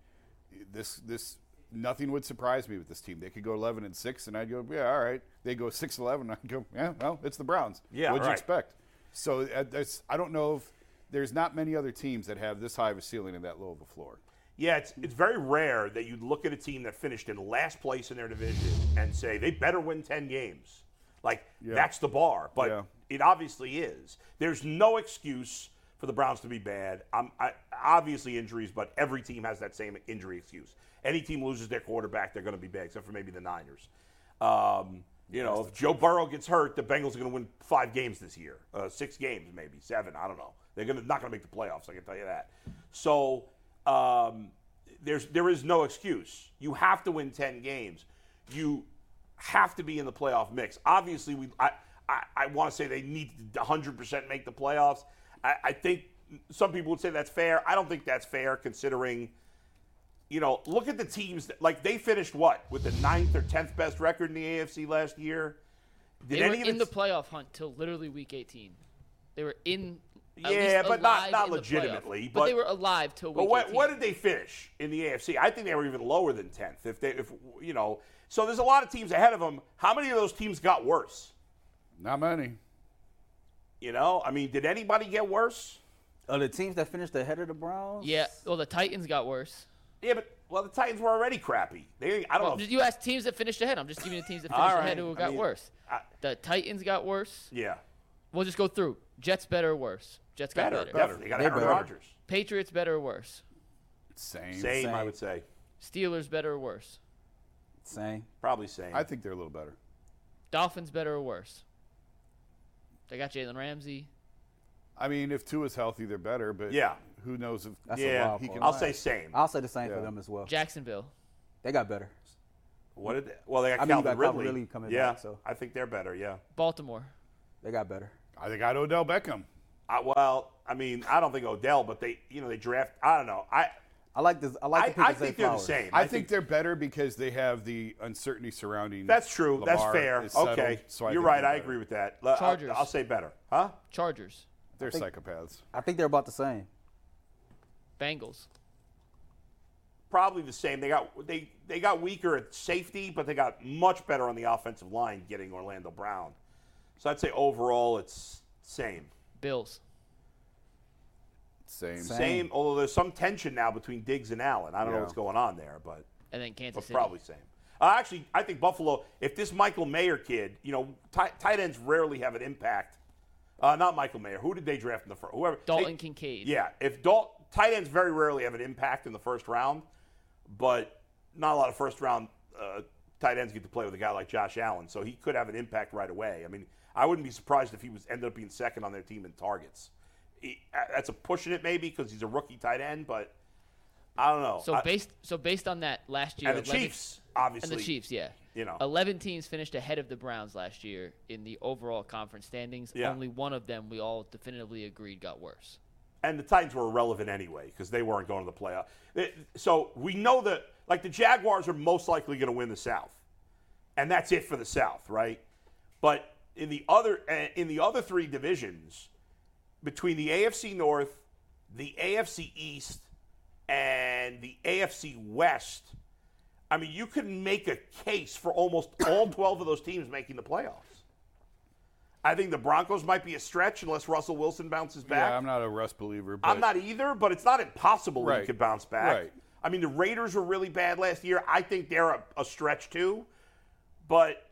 [SPEAKER 3] this this nothing would surprise me with this team. They could go 11 and six, and I'd go, yeah, all right. They go six 11, and I'd go, yeah, well, it's the Browns.
[SPEAKER 2] Yeah,
[SPEAKER 3] what'd
[SPEAKER 2] right.
[SPEAKER 3] you expect? So uh, that's, I don't know if there's not many other teams that have this high of a ceiling and that low of a floor.
[SPEAKER 2] Yeah, it's, it's very rare that you look at a team that finished in last place in their division and say they better win 10 games. Like, that's the bar, but
[SPEAKER 3] Yeah.
[SPEAKER 2] it obviously is. There's no excuse for the Browns to be bad. Um I, obviously, injuries, but every team has that same injury excuse. Any team loses their quarterback, they're going to be bad, except for maybe the Niners. Um, you know, if Joe Burrow gets hurt, the Bengals are going to win five games this year, uh, six games maybe, seven. I don't know. They're gonna, not going to make the playoffs. I can tell you that. So um, there's there is no excuse. You have to win ten games. You have to be in the playoff mix. Obviously, we I I, I want to say they need to 100% make the playoffs. I, I think some people would say that's fair. I don't think that's fair considering you know, look at the teams that like they finished what with the ninth or tenth best record in the AFC last year. Did
[SPEAKER 5] They were
[SPEAKER 2] any of
[SPEAKER 5] in the
[SPEAKER 2] the
[SPEAKER 5] playoff hunt till literally week 18. They were in. at
[SPEAKER 2] Yeah,
[SPEAKER 5] least
[SPEAKER 2] but not-
[SPEAKER 5] alive
[SPEAKER 2] not
[SPEAKER 5] in the playoff.
[SPEAKER 2] legitimately,
[SPEAKER 5] But, they
[SPEAKER 2] but-
[SPEAKER 5] were alive till
[SPEAKER 2] but
[SPEAKER 5] week
[SPEAKER 2] what,
[SPEAKER 5] 18.
[SPEAKER 2] what did they finish in the AFC? I think they were even lower than tenth. If they if you know, so there's a lot of teams ahead of them. How many of those teams got worse?
[SPEAKER 3] Not many.
[SPEAKER 2] You know, I mean, did anybody get worse?
[SPEAKER 4] Are the teams that finished ahead of the Browns?
[SPEAKER 5] yeah. Well, the Titans got worse.
[SPEAKER 2] Yeah, but well, the Titans were already crappy. They I don't
[SPEAKER 5] Well,
[SPEAKER 2] know.
[SPEAKER 5] you asked teams that finished ahead. I'm just giving you the teams that
[SPEAKER 2] All
[SPEAKER 5] finished
[SPEAKER 2] right,
[SPEAKER 5] ahead who
[SPEAKER 2] I
[SPEAKER 5] got
[SPEAKER 2] mean,
[SPEAKER 5] worse.
[SPEAKER 2] I-
[SPEAKER 5] the Titans got worse.
[SPEAKER 2] yeah,
[SPEAKER 5] We'll just go through. Jets better or worse? Jets got
[SPEAKER 2] better,
[SPEAKER 5] better.
[SPEAKER 2] definitely. They got
[SPEAKER 4] They
[SPEAKER 2] Aaron
[SPEAKER 4] better.
[SPEAKER 2] Rodgers.
[SPEAKER 5] Patriots better or worse?
[SPEAKER 3] Same.
[SPEAKER 2] Same, I
[SPEAKER 4] Same.
[SPEAKER 2] would say,
[SPEAKER 5] Steelers better or worse?
[SPEAKER 4] Same.
[SPEAKER 2] probably same.
[SPEAKER 3] I think they're a little better.
[SPEAKER 5] Dolphins better or worse? They got Jalen Ramsey.
[SPEAKER 3] I mean, if Tua's healthy, they're better. But
[SPEAKER 2] Yeah.
[SPEAKER 3] who knows if
[SPEAKER 4] That's a
[SPEAKER 2] yeah,
[SPEAKER 4] wild
[SPEAKER 3] he
[SPEAKER 4] card.
[SPEAKER 3] can-
[SPEAKER 2] I'll say same.
[SPEAKER 4] I'll say the same for
[SPEAKER 3] Yeah.
[SPEAKER 4] them as well.
[SPEAKER 5] Jacksonville.
[SPEAKER 4] They got better.
[SPEAKER 2] What did they, well they got
[SPEAKER 4] I mean, you
[SPEAKER 2] Calvin
[SPEAKER 4] got Calvin
[SPEAKER 2] Ridley.
[SPEAKER 4] Ridley coming
[SPEAKER 2] yeah,
[SPEAKER 4] back, so.
[SPEAKER 2] I think they're better. Yeah.
[SPEAKER 5] Baltimore.
[SPEAKER 4] They got better.
[SPEAKER 3] I think I Odell Beckham.
[SPEAKER 2] I, well, I mean, I don't think Odell, but they, you know, they draft. I don't know. I,
[SPEAKER 4] I like this. I like
[SPEAKER 2] I,
[SPEAKER 4] the pick
[SPEAKER 2] I
[SPEAKER 4] of Zay
[SPEAKER 2] think they're the
[SPEAKER 4] Flowers.
[SPEAKER 2] same.
[SPEAKER 3] I, think, they're better because they have the uncertainty surrounding.
[SPEAKER 2] that's true.
[SPEAKER 3] Lamar
[SPEAKER 2] that's fair.
[SPEAKER 3] is settled,
[SPEAKER 2] okay,
[SPEAKER 3] so I
[SPEAKER 2] you're
[SPEAKER 3] think
[SPEAKER 2] right.
[SPEAKER 3] they're
[SPEAKER 2] I
[SPEAKER 3] better.
[SPEAKER 2] agree with that. L- I'll-
[SPEAKER 5] Chargers.
[SPEAKER 2] I'll, say better, huh?
[SPEAKER 5] Chargers.
[SPEAKER 3] They're psychopaths.
[SPEAKER 4] I think they're about the same.
[SPEAKER 5] Bengals.
[SPEAKER 2] Probably the same. They got they they got weaker at safety, but they got much better on the offensive line, getting Orlando Brown. So I'd say overall, it's same.
[SPEAKER 5] Bills.
[SPEAKER 3] Same.
[SPEAKER 4] Same.
[SPEAKER 2] Same. Although there's some tension now between Diggs and Allen. I don't know
[SPEAKER 3] Yeah.
[SPEAKER 2] what's going on there, but.
[SPEAKER 5] And then Kansas
[SPEAKER 2] but
[SPEAKER 5] City.
[SPEAKER 2] probably same. Uh, actually, I think Buffalo. If this Michael Mayer kid, you know, tight, tight ends rarely have an impact. Uh, not Michael Mayer. Who did they draft in the first? Whoever.
[SPEAKER 5] Dalton
[SPEAKER 2] they-
[SPEAKER 5] Kincaid.
[SPEAKER 2] Yeah, if Dal- tight ends very rarely have an impact in the first round, but not a lot of first round uh, tight ends get to play with a guy like Josh Allen, so he could have an impact right away. I mean, I wouldn't be surprised if he was ended up being second on their team in targets. He, uh, that's a pushing it maybe because he's a rookie tight end, but I don't know.
[SPEAKER 5] So
[SPEAKER 2] I-
[SPEAKER 5] based so based on that last year,
[SPEAKER 2] and the
[SPEAKER 5] 11
[SPEAKER 2] Chiefs, obviously.
[SPEAKER 5] and the Chiefs, yeah.
[SPEAKER 2] you know.
[SPEAKER 5] eleven teams finished ahead of the Browns last year in the overall conference standings.
[SPEAKER 2] Yeah.
[SPEAKER 5] Only one of them we all definitively agreed got worse.
[SPEAKER 2] and the Titans were irrelevant anyway because they weren't going to the playoff. It- So we know that like the Jaguars are most likely going to win the South, and that's it for the South, right? But in the other eh, in the other three divisions, between the AFC North, the AFC East, and the AFC West, I mean, you could make a case for almost all 12 of those teams making the playoffs. I think the Broncos might be a stretch unless Russell Wilson bounces back.
[SPEAKER 3] Yeah, I'm not a Russ believer. But
[SPEAKER 2] I'm not either, but it's not impossible that he
[SPEAKER 3] Right.
[SPEAKER 2] could bounce back.
[SPEAKER 3] Right.
[SPEAKER 2] I mean, the Raiders were really bad last year. I think they're a, a stretch too, but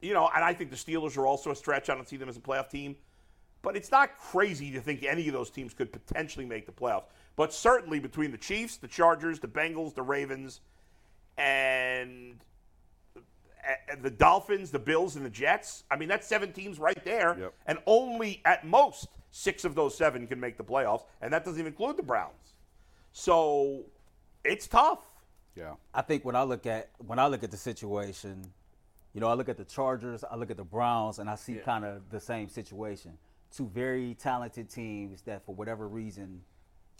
[SPEAKER 2] you know, and I think the Steelers are also a stretch. I don't see them as a playoff team, but it's not crazy to think any of those teams could potentially make the playoffs. But certainly between the Chiefs, the Chargers, the Bengals, the Ravens, and eh, the Dolphins, the Bills, and the Jets. I mean, that's seven teams right there,
[SPEAKER 3] Yep.
[SPEAKER 2] and only at most six of those seven can make the playoffs, and that doesn't even include the Browns. So it's tough.
[SPEAKER 3] Yeah.
[SPEAKER 4] I think when I look at when I look at the situation, you know, I look at the Chargers, I look at the Browns, and I see kind of the same situation. Two very talented teams that, for whatever reason,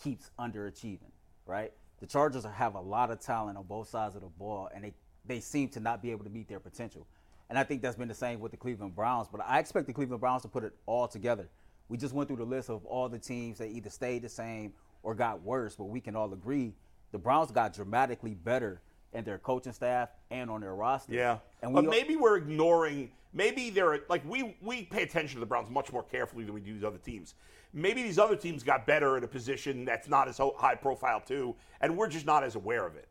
[SPEAKER 4] keeps underachieving. Right? The Chargers have a lot of talent on both sides of the ball, and they they seem to not be able to meet their potential. And I think that's been the same with the Cleveland Browns. But I expect the Cleveland Browns to put it all together. We just went through the list of all the teams that either stayed the same or got worse, but we can all agree the Browns got dramatically better in their coaching staff and on their roster. And we
[SPEAKER 2] but maybe we're ignoring. Maybe they're like we we pay attention to the Browns much more carefully than we do these other teams. Maybe these other teams got better at a position that's not as ho- high profile too, and we're just not as aware of it.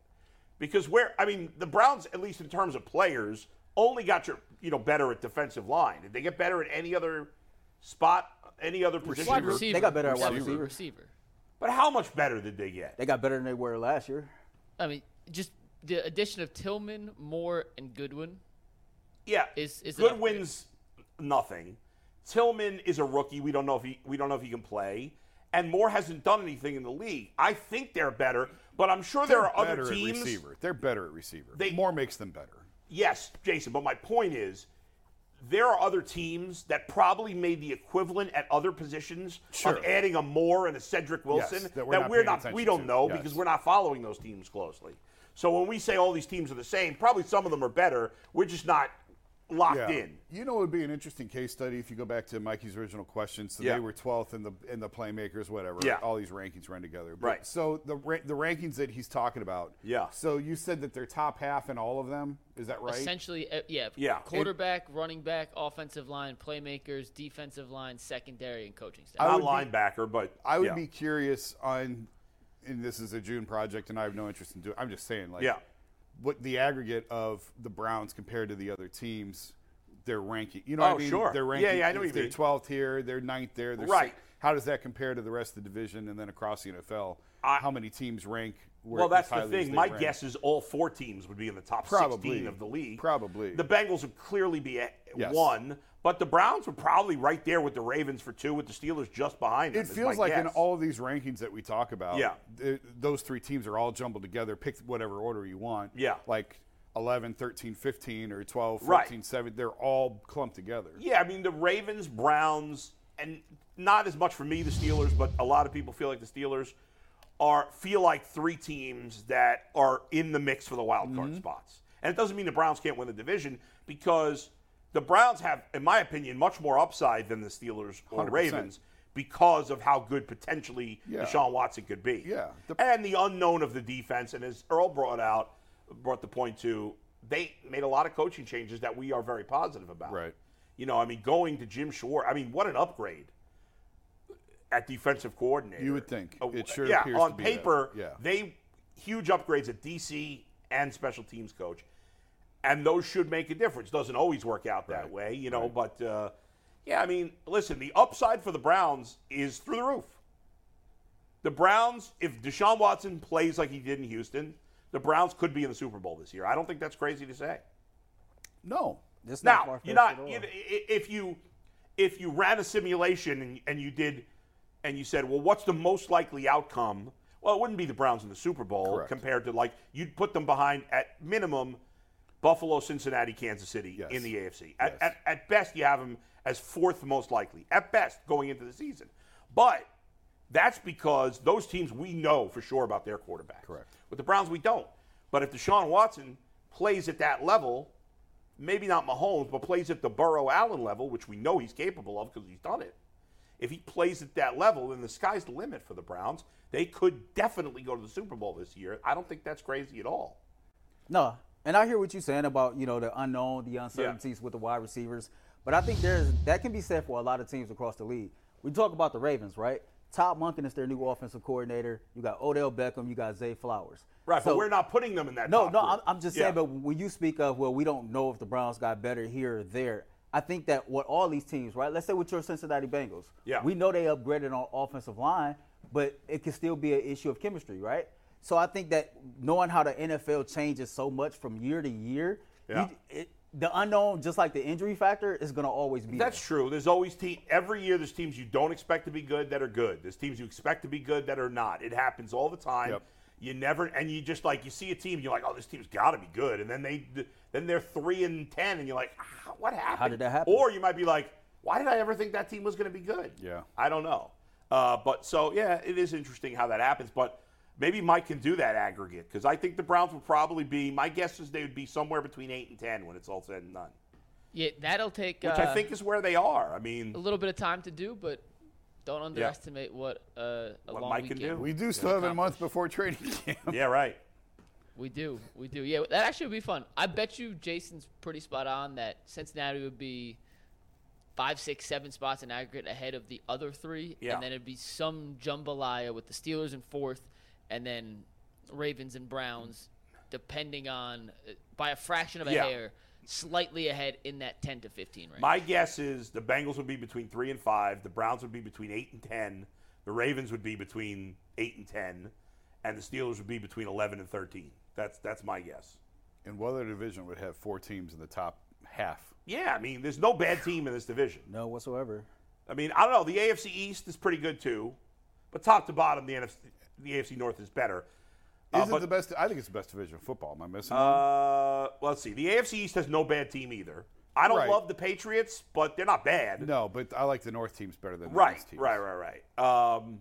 [SPEAKER 2] Because where I mean, the Browns, at least in terms of players, only got your you know better at defensive line. Did they get better at any other spot, any other position?
[SPEAKER 5] Wide
[SPEAKER 2] group?
[SPEAKER 5] receiver.
[SPEAKER 4] got better at wide
[SPEAKER 5] receiver.
[SPEAKER 4] receiver.
[SPEAKER 5] receiver.
[SPEAKER 2] But how much better did they get?
[SPEAKER 4] they got better than they were last year.
[SPEAKER 5] I mean, just the addition of Tillman, Moore, and Goodwin.
[SPEAKER 2] Yeah,
[SPEAKER 5] is- is an
[SPEAKER 2] Goodwin's nothing. Tillman is a rookie. We don't know if he we don't know if he can play. And Moore hasn't done anything in the league. I think they're better, but I'm sure there
[SPEAKER 3] They're
[SPEAKER 2] are other
[SPEAKER 3] better
[SPEAKER 2] teams.
[SPEAKER 3] At receiver. They're better at receiver.
[SPEAKER 2] They-
[SPEAKER 3] More makes them better.
[SPEAKER 2] Yes, Jason. But my point is, there are other teams that probably made the equivalent at other positions
[SPEAKER 3] Sure.
[SPEAKER 2] of adding a Moore and a Cedric Wilson
[SPEAKER 3] that we're not
[SPEAKER 2] we're
[SPEAKER 3] paying
[SPEAKER 2] not we
[SPEAKER 3] attention
[SPEAKER 2] don't
[SPEAKER 3] to.
[SPEAKER 2] know
[SPEAKER 3] Yes.
[SPEAKER 2] because we're not following those teams closely. So when we say all these teams are the same, probably some of them are better. We're just not locked in.
[SPEAKER 3] You know, it would be an interesting case study if you go back to Mikey's original question. So
[SPEAKER 2] Yeah.
[SPEAKER 3] they were 12th in the in the playmakers, whatever.
[SPEAKER 2] Yeah.
[SPEAKER 3] All these rankings run together. But-
[SPEAKER 2] Right.
[SPEAKER 3] So the ra- the rankings that he's talking about.
[SPEAKER 2] Yeah.
[SPEAKER 3] So you said that they're top half in all of them. Is that right?
[SPEAKER 5] Essentially, uh, yeah,
[SPEAKER 2] Yeah.
[SPEAKER 5] quarterback, running back, offensive line, playmakers, defensive line, secondary, and coaching staff.
[SPEAKER 3] I
[SPEAKER 2] Not
[SPEAKER 3] would be-
[SPEAKER 2] linebacker, but
[SPEAKER 3] I would
[SPEAKER 2] yeah.
[SPEAKER 3] be curious on, and this is a June project, and I have no interest in doing. I'm just saying, like,
[SPEAKER 2] Yeah.
[SPEAKER 3] what the aggregate of the Browns compared to the other teams, their ranking. You know, what
[SPEAKER 2] Oh,
[SPEAKER 3] I mean?
[SPEAKER 2] sure.
[SPEAKER 3] Their
[SPEAKER 2] Yeah,
[SPEAKER 3] ranking.
[SPEAKER 2] yeah, I know what
[SPEAKER 3] if
[SPEAKER 2] you
[SPEAKER 3] they're
[SPEAKER 2] mean.
[SPEAKER 3] 12th here, they're 9th there. They're
[SPEAKER 2] Right.
[SPEAKER 3] sixth. How does that compare to the rest of the division and then across the NFL? how many teams rank? Where
[SPEAKER 2] Well,
[SPEAKER 3] as
[SPEAKER 2] that's the
[SPEAKER 3] highly as
[SPEAKER 2] thing.
[SPEAKER 3] they
[SPEAKER 2] My
[SPEAKER 3] rank?
[SPEAKER 2] guess is all four teams would be in the top
[SPEAKER 3] Probably.
[SPEAKER 2] 16 of the league.
[SPEAKER 3] Probably.
[SPEAKER 2] The Bengals would clearly be at
[SPEAKER 3] Yes.
[SPEAKER 2] one, but the Browns were probably right there with the Ravens for two, with the Steelers just behind them.
[SPEAKER 3] It
[SPEAKER 2] is
[SPEAKER 3] feels
[SPEAKER 2] my
[SPEAKER 3] like in
[SPEAKER 2] guess.
[SPEAKER 3] all of these rankings that we talk about,
[SPEAKER 2] Yeah.
[SPEAKER 3] th- those three teams are all jumbled together. Pick whatever order you want.
[SPEAKER 2] Yeah.
[SPEAKER 3] Like 11, 13, 15, or 12, 14,
[SPEAKER 2] Right.
[SPEAKER 3] 7. They're all clumped together.
[SPEAKER 2] Yeah, I mean the Ravens, Browns, and not as much for me the Steelers, but a lot of people feel like the Steelers are feel like three teams that are in the mix for the wild card
[SPEAKER 3] Mm-hmm.
[SPEAKER 2] spots. And it doesn't mean the Browns can't win the division because the Browns have, in my opinion, much more upside than the Steelers or
[SPEAKER 3] 100%.
[SPEAKER 2] Ravens because of how good potentially
[SPEAKER 3] Yeah.
[SPEAKER 2] Deshaun Watson could be.
[SPEAKER 3] Yeah. The-
[SPEAKER 2] and the unknown of the defense, and as Earl brought out, brought the point to, they made a lot of coaching changes that we are very positive about.
[SPEAKER 3] Right.
[SPEAKER 2] You know, I mean, going to Jim Schwartz, I mean, what an upgrade at defensive coordinator.
[SPEAKER 3] You would think.
[SPEAKER 2] Oh,
[SPEAKER 3] It sure
[SPEAKER 2] yeah,
[SPEAKER 3] appears
[SPEAKER 2] on
[SPEAKER 3] to be that.
[SPEAKER 2] paper,
[SPEAKER 3] Yeah.
[SPEAKER 2] they huge upgrades at DC and special teams coach, and those should make a difference. Doesn't always work out that
[SPEAKER 3] Right.
[SPEAKER 2] way, you know, but uh, yeah, I mean, listen, the upside for the Browns is through the roof. The Browns, if Deshaun Watson plays like he did in Houston, the Browns could be in the Super Bowl this year. I don't think that's crazy to say.
[SPEAKER 3] No.
[SPEAKER 4] It's not
[SPEAKER 2] Now,
[SPEAKER 4] far-fetched
[SPEAKER 2] you're
[SPEAKER 4] at all.
[SPEAKER 2] not. You, i- if you if you ran a simulation and, and you did and you said, well, what's the most likely outcome? Well, it wouldn't be the Browns in the Super Bowl
[SPEAKER 3] Correct.
[SPEAKER 2] compared to like you'd put them behind at minimum Buffalo, Cincinnati, Kansas City
[SPEAKER 3] Yes.
[SPEAKER 2] in the AFC. At,
[SPEAKER 3] Yes.
[SPEAKER 2] at, at best, you have them as fourth most likely. At best, going into the season, but that's because those teams we know for sure about their quarterbacks.
[SPEAKER 3] Correct.
[SPEAKER 2] With the Browns, we don't. But if Deshaun Watson plays at that level, maybe not Mahomes, but plays at the Burrow Allen level, which we know he's capable of because he's done it. If he plays at that level, then the sky's the limit for the Browns. They could definitely go to the Super Bowl this year. I don't think that's crazy at all.
[SPEAKER 4] No, and I hear what you're saying about you know the unknown, the uncertainties with the wide receivers, but I think there's that can be said for a lot of teams across the league. We talk about the Ravens, right? Todd Munkin is their new offensive coordinator. You got Odell Beckham, you got Zay Flowers.
[SPEAKER 2] Right,
[SPEAKER 4] So-
[SPEAKER 2] but we're not putting them in that.
[SPEAKER 4] No,
[SPEAKER 2] top
[SPEAKER 4] no,
[SPEAKER 2] group.
[SPEAKER 4] I'm, I'm just saying.
[SPEAKER 2] Yeah.
[SPEAKER 4] But when you speak of well, we don't know if the Browns got better here or there. I think that what all these teams, right? Let's say with your Cincinnati Bengals,
[SPEAKER 2] Yeah.
[SPEAKER 4] we know they upgraded on offensive line, but it could still be an issue of chemistry, right? So I think that knowing how the NFL changes so much from year to year,
[SPEAKER 2] Yeah.
[SPEAKER 4] you, it, the unknown, just like the injury factor, is going to always be
[SPEAKER 2] That's true. There's always team every year. There's teams you don't expect to be good that are good. There's teams you expect to be good that are not. It happens all the time.
[SPEAKER 3] Yep.
[SPEAKER 2] You never and you just like you see a team, you're like, oh, this team's got to be good, and then they then they're three and ten, and you're like, ah, what happened?
[SPEAKER 4] did that happen?
[SPEAKER 2] Or you might be like, why did I ever think that team was going to be good?
[SPEAKER 3] Yeah.
[SPEAKER 2] I don't know. Uh, but so yeah, it is interesting how that happens. But maybe Mike can do that aggregate because I think the Browns would probably be. My guess is they would be somewhere between eight and ten when it's all said and done,
[SPEAKER 5] Yeah, that'll take
[SPEAKER 2] which
[SPEAKER 5] uh,
[SPEAKER 2] I think is where they are. I mean,
[SPEAKER 5] a little bit of time to do, but don't underestimate what uh, a
[SPEAKER 2] What
[SPEAKER 5] long
[SPEAKER 2] Mike can
[SPEAKER 5] weekend.
[SPEAKER 2] do.
[SPEAKER 3] We do still have a month before training camp.
[SPEAKER 2] yeah, right.
[SPEAKER 5] We do, we do. Yeah, that actually would be fun. I bet you Jason's pretty spot on that Cincinnati would be five, six, seven spots in aggregate ahead of the other three,
[SPEAKER 2] Yeah.
[SPEAKER 5] and then it'd be some jambalaya with the Steelers in fourth, and then Ravens and Browns, depending on uh, by a fraction of a
[SPEAKER 2] Yeah.
[SPEAKER 5] hair, slightly ahead in that ten to fifteen range.
[SPEAKER 2] My guess is the Bengals would be between three and five. The Browns would be between eight and ten. The Ravens would be between eight and ten, and the Steelers would be between eleven and thirteen. That's that's my guess.
[SPEAKER 3] And what other division would have four teams in the top half?
[SPEAKER 2] Yeah, I mean, there's no bad team in this division.
[SPEAKER 4] no whatsoever.
[SPEAKER 2] I mean, I don't know. The AFC East is pretty good too, but top to bottom, the NFC, the AFC North is better. Uh,
[SPEAKER 3] Is
[SPEAKER 2] but-
[SPEAKER 3] it the best? I think it's the best division of football. Am I missing? one?
[SPEAKER 2] Uh, let's see. The AFC East has no bad team either. I don't
[SPEAKER 3] Right.
[SPEAKER 2] love the Patriots, but they're not bad.
[SPEAKER 3] no, but I like the North teams better than the
[SPEAKER 2] Right,
[SPEAKER 3] East teams.
[SPEAKER 2] right, right, right. Um,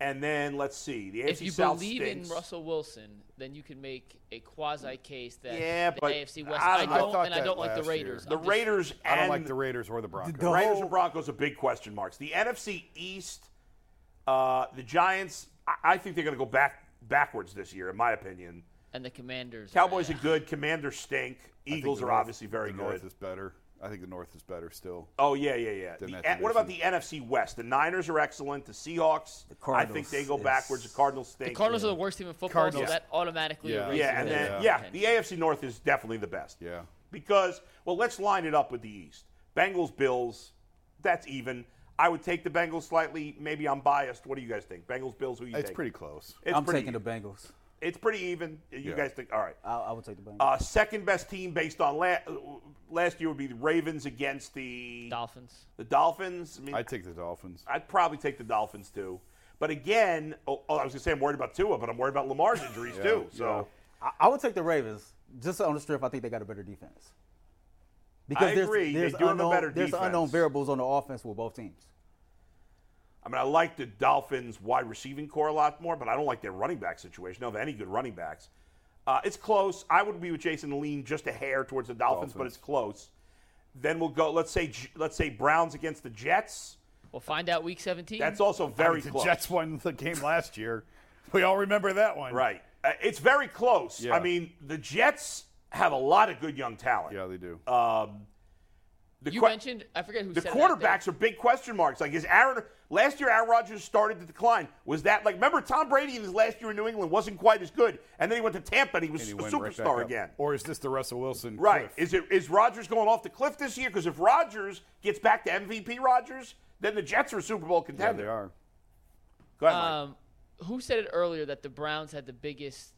[SPEAKER 2] and then let's see. The AFC
[SPEAKER 5] if you
[SPEAKER 2] South
[SPEAKER 5] believe
[SPEAKER 2] stinks.
[SPEAKER 5] in Russell Wilson, then you can make a quasi case that
[SPEAKER 2] Yeah,
[SPEAKER 5] the
[SPEAKER 2] but
[SPEAKER 5] AFC West.
[SPEAKER 2] I
[SPEAKER 5] I
[SPEAKER 2] don't know. I
[SPEAKER 5] don't,
[SPEAKER 3] thought
[SPEAKER 5] and I
[SPEAKER 3] that
[SPEAKER 5] don't like the
[SPEAKER 3] last year.
[SPEAKER 5] Raiders.
[SPEAKER 2] the
[SPEAKER 5] I'm just-
[SPEAKER 2] Raiders
[SPEAKER 3] I
[SPEAKER 2] and
[SPEAKER 3] don't like the Oh. Raiders or the Broncos.
[SPEAKER 4] the
[SPEAKER 2] Raiders
[SPEAKER 4] whole-
[SPEAKER 2] and Broncos are big question marks. The NFC East, uh, the Giants. I, I think they're going to go back backwards this year, in my opinion.
[SPEAKER 5] and the Commanders.
[SPEAKER 2] Cowboys
[SPEAKER 5] uh,
[SPEAKER 2] are good. Commanders stink.
[SPEAKER 3] I think
[SPEAKER 2] Eagles
[SPEAKER 3] the
[SPEAKER 2] are
[SPEAKER 3] North-
[SPEAKER 2] obviously very
[SPEAKER 3] the
[SPEAKER 2] good.
[SPEAKER 3] North is better. I think the North is better still.
[SPEAKER 2] Oh yeah, yeah, yeah.
[SPEAKER 3] Then
[SPEAKER 2] The-
[SPEAKER 3] that's
[SPEAKER 2] what about the NFC
[SPEAKER 3] amazing.
[SPEAKER 2] West? The Niners are excellent. The Seahawks. I think
[SPEAKER 4] Cardinals
[SPEAKER 2] they go
[SPEAKER 4] is-
[SPEAKER 2] backwards. The Cardinals stink.
[SPEAKER 5] The Cardinals are the worst team in football,
[SPEAKER 3] Cardinals.
[SPEAKER 5] so that automatically
[SPEAKER 3] Yeah.
[SPEAKER 5] erases
[SPEAKER 2] Yeah, and
[SPEAKER 5] their
[SPEAKER 2] then
[SPEAKER 5] top
[SPEAKER 2] yeah,
[SPEAKER 5] ten.
[SPEAKER 2] the AFC North is definitely the best.
[SPEAKER 3] uh, Yeah.
[SPEAKER 2] Because well, let's line it up with the East. Bengals, Bills, that's even. I would take the Bengals slightly. Maybe I'm biased. What do you guys think? Bengals, Bills, who you
[SPEAKER 3] It's
[SPEAKER 2] take?
[SPEAKER 3] pretty close.
[SPEAKER 2] It's
[SPEAKER 4] I'm
[SPEAKER 2] pretty
[SPEAKER 4] taking the
[SPEAKER 2] even.
[SPEAKER 4] Bengals.
[SPEAKER 2] It's pretty even. You
[SPEAKER 3] Yeah.
[SPEAKER 2] guys think? All right.
[SPEAKER 4] I, I would take the Bengals.
[SPEAKER 2] Uh, second best team based on la- uh, last year would be the Ravens against the
[SPEAKER 5] Dolphins.
[SPEAKER 2] the Dolphins. I mean,
[SPEAKER 3] I'd take the Dolphins.
[SPEAKER 2] I'd probably take the Dolphins too. But again, oh, oh, I was gonna say I'm worried about Tua, but I'm worried about Lamar's injuries too. So
[SPEAKER 4] I, I would take the Ravens just on the strip. I think they got a better defense. Because
[SPEAKER 2] I agree, they do have a
[SPEAKER 4] unknown,
[SPEAKER 2] better
[SPEAKER 4] there's
[SPEAKER 2] defense.
[SPEAKER 4] unknown variables on the offense with both teams.
[SPEAKER 2] I mean, I like the Dolphins' wide receiving core a lot more, but I don't like their running back situation. They don't have any good running backs. Uh, it's close. I would be with Jason lean just a hair towards the Dolphins, but
[SPEAKER 3] Dolphins.
[SPEAKER 2] it's close. Then we'll go. Let's say J- let's say Browns against the Jets.
[SPEAKER 5] We'll find out week 17.
[SPEAKER 2] That's also very
[SPEAKER 3] the
[SPEAKER 2] close.
[SPEAKER 3] Jets won the game last year. We all remember that one.
[SPEAKER 2] Right. Uh, it's very close.
[SPEAKER 3] Yeah.
[SPEAKER 2] I mean, the Jets have a lot of good young talent.
[SPEAKER 3] Yeah, they do.
[SPEAKER 2] Uh, The
[SPEAKER 5] you
[SPEAKER 2] que-
[SPEAKER 5] mentioned, I forget who
[SPEAKER 2] The
[SPEAKER 5] said
[SPEAKER 2] quarterbacks are big question marks. Like, is Aaron last year? Aaron Rodgers started to decline. Was that like? Remember, Tom Brady in his last year in New England wasn't quite as good, and then he went to Tampa and he was
[SPEAKER 3] And he
[SPEAKER 2] a
[SPEAKER 3] went right back
[SPEAKER 2] superstar
[SPEAKER 3] up.
[SPEAKER 2] again.
[SPEAKER 3] Or is this the Russell Wilson?
[SPEAKER 2] Right?
[SPEAKER 3] cliff?
[SPEAKER 2] Is it is Rodgers going off the cliff this year? Because if Rodgers gets back to MVP Rodgers, then the Jets are a Super Bowl
[SPEAKER 3] yeah,
[SPEAKER 2] contender.
[SPEAKER 3] they are.
[SPEAKER 2] Go ahead,
[SPEAKER 5] that.
[SPEAKER 2] Mike.
[SPEAKER 5] Um, who said it earlier that the Browns had the biggest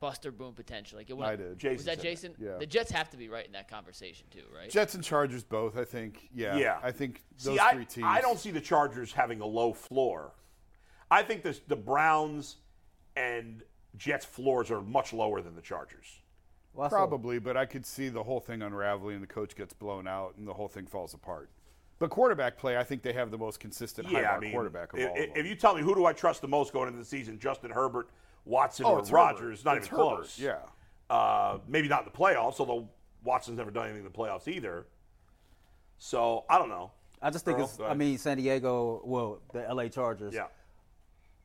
[SPEAKER 5] buster boom potential? Like it went,
[SPEAKER 3] I did.
[SPEAKER 2] Jason
[SPEAKER 5] Was
[SPEAKER 2] said
[SPEAKER 5] that
[SPEAKER 2] that,
[SPEAKER 5] Jason?
[SPEAKER 3] yeah.
[SPEAKER 5] The Jets have to be right in that conversation too, right?
[SPEAKER 3] Jets and Chargers both. I think. Yeah.
[SPEAKER 2] Yeah.
[SPEAKER 3] I think
[SPEAKER 2] See,
[SPEAKER 3] those
[SPEAKER 2] I,
[SPEAKER 3] three teams.
[SPEAKER 2] I don't see the Chargers having a low floor. I think this, the Browns and Jets floors are much lower than the Chargers.
[SPEAKER 4] Well, I saw-
[SPEAKER 3] Probably, but I could see the whole thing unraveling. The coach gets blown out, and the whole thing falls apart. But quarterback play, I think they have the most consistent high-bar quarterback of
[SPEAKER 2] if,
[SPEAKER 3] all. of
[SPEAKER 2] if
[SPEAKER 3] them.
[SPEAKER 2] you tell me who do I trust the most going into the season, Justin Herbert, Watson,
[SPEAKER 3] Oh,
[SPEAKER 2] or
[SPEAKER 3] it's Herbert.
[SPEAKER 2] Rodgers, not
[SPEAKER 3] It's
[SPEAKER 2] even
[SPEAKER 3] Herbert,
[SPEAKER 2] close.
[SPEAKER 3] yeah.
[SPEAKER 2] Uh, maybe not in the playoffs, although Watson's never done anything in the playoffs either. So I don't know.
[SPEAKER 4] I just think
[SPEAKER 2] Earl,
[SPEAKER 4] it's.
[SPEAKER 2] go
[SPEAKER 4] I
[SPEAKER 2] ahead.
[SPEAKER 4] mean, San Diego. Well, the LA Chargers.
[SPEAKER 2] Yeah.